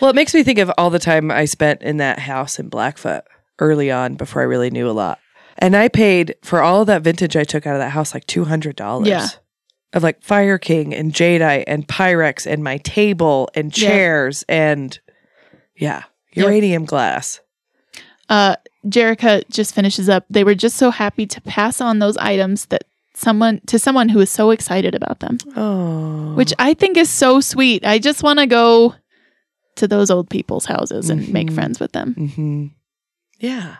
[SPEAKER 2] Well, it makes me think of all the time I spent in that house in Blackfoot early on before I really knew a lot. And I paid for all of that vintage I took out of that house like $200
[SPEAKER 3] Yeah.
[SPEAKER 2] of like Fire King and Jadeite and Pyrex and my table and
[SPEAKER 3] Yeah.
[SPEAKER 2] chairs and yeah,
[SPEAKER 3] Yep.
[SPEAKER 2] uranium glass.
[SPEAKER 3] Uh, Jerica just finishes up. They were just so happy to pass on those items that someone to someone who is so excited about them,
[SPEAKER 2] Oh.
[SPEAKER 3] which I think is so sweet. I just want to go to those old people's houses and make
[SPEAKER 2] Mhm.
[SPEAKER 3] friends with them.
[SPEAKER 2] Mhm. Yeah,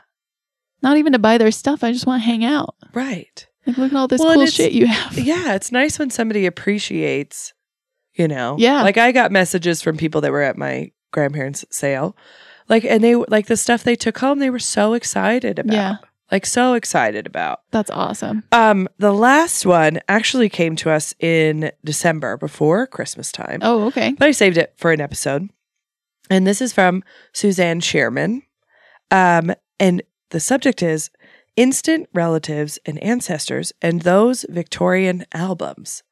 [SPEAKER 3] Not even to buy their stuff. I just want to hang out.
[SPEAKER 2] right.
[SPEAKER 3] Like, look at all this
[SPEAKER 2] Well, and
[SPEAKER 3] cool
[SPEAKER 2] it's-
[SPEAKER 3] shit you have.
[SPEAKER 2] yeah, it's nice when somebody appreciates, you know.
[SPEAKER 3] Yeah.
[SPEAKER 2] Like I got messages from people that were at my grandparents' sale. Like and they like the stuff they took home, they were so excited about.
[SPEAKER 3] Yeah.
[SPEAKER 2] Like so excited about.
[SPEAKER 3] That's awesome.
[SPEAKER 2] Um the last one actually came to us in December before Christmas time.
[SPEAKER 3] Oh, okay.
[SPEAKER 2] But I saved it for an episode. And this is from Suzanne Shearman. Um, and the subject is instant relatives and ancestors and those Victorian albums.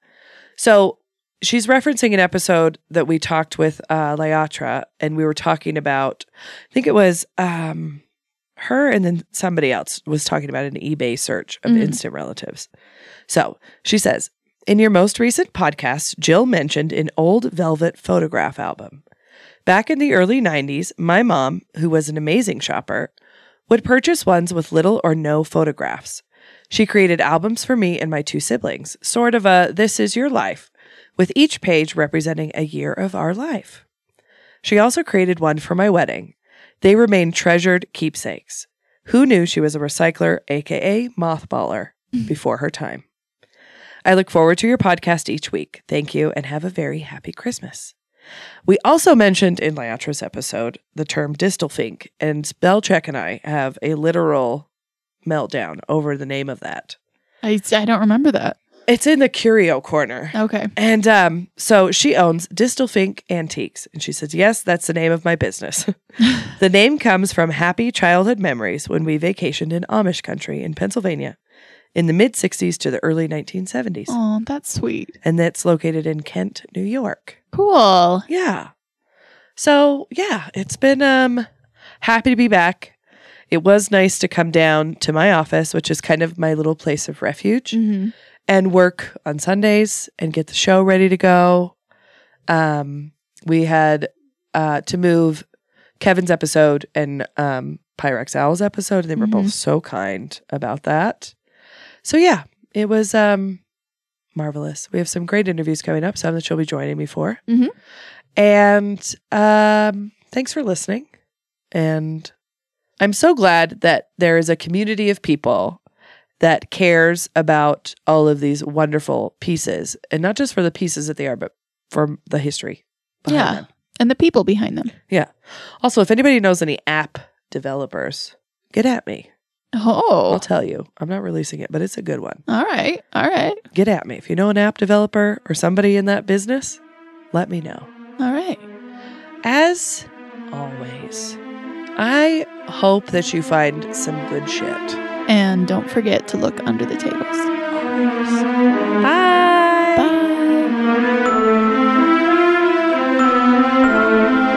[SPEAKER 2] So she's referencing an episode that we talked with uh, Layatra, and we were talking about, I think it was um, her and then somebody else was talking about an eBay search of
[SPEAKER 3] Mhm.
[SPEAKER 2] instant relatives. So she says, in your most recent podcast, Jill mentioned an old velvet photograph album. Back in the early 90s, my mom, who was an amazing shopper, would purchase ones with little or no photographs. She created albums for me and my two siblings, sort of a This Is Your Life, with each page representing a year of our life. She also created one for my wedding. They remain treasured keepsakes. Who knew she was a recycler, aka mothballer, before her time? I look forward to your podcast each week. Thank you and have a very happy Christmas. We also mentioned in Lyatra's episode the term distelfink, and Belchek and I have a literal meltdown over the name of that.
[SPEAKER 3] I, I don't remember that.
[SPEAKER 2] It's in the curio corner.
[SPEAKER 3] Okay.
[SPEAKER 2] And um, so she owns Distelfink Antiques. And she says, Yes, that's the name of my business. the name comes from happy childhood memories when we vacationed in Amish country in Pennsylvania in the mid 60s to the early 1970s
[SPEAKER 3] Oh, that's sweet.
[SPEAKER 2] and that's located in Kent, New York.
[SPEAKER 3] Cool.
[SPEAKER 2] Yeah. So, yeah, it's been um happy to be back. It was nice to come down to my office, which is kind of my little place of refuge,
[SPEAKER 3] Mhm.
[SPEAKER 2] and work on Sundays and get the show ready to go. Um we had uh to move Kevin's episode and um Pyrex Owl's episode, and they were both
[SPEAKER 3] Mhm.
[SPEAKER 2] so kind about that. So yeah, it was um marvelous. We have some great interviews coming up, some that she'll be joining me for.
[SPEAKER 3] Mhm.
[SPEAKER 2] And um, thanks for listening. And I'm so glad that there is a community of people that cares about all of these wonderful pieces, and not just for the pieces that they are, but for the history. behind
[SPEAKER 3] Yeah.
[SPEAKER 2] them.
[SPEAKER 3] And the people behind them.
[SPEAKER 2] Also, if anybody knows any app developers, get at me.
[SPEAKER 3] Oh.
[SPEAKER 2] I'll tell you. I'm not releasing it, but it's a good one.
[SPEAKER 3] All right. All right.
[SPEAKER 2] Get at me. If you know an app developer or somebody in that business, let me know.
[SPEAKER 3] All right.
[SPEAKER 2] As always, I hope that you find some good shit.
[SPEAKER 3] And don't forget to look under the tables.
[SPEAKER 2] Bye.
[SPEAKER 3] Bye.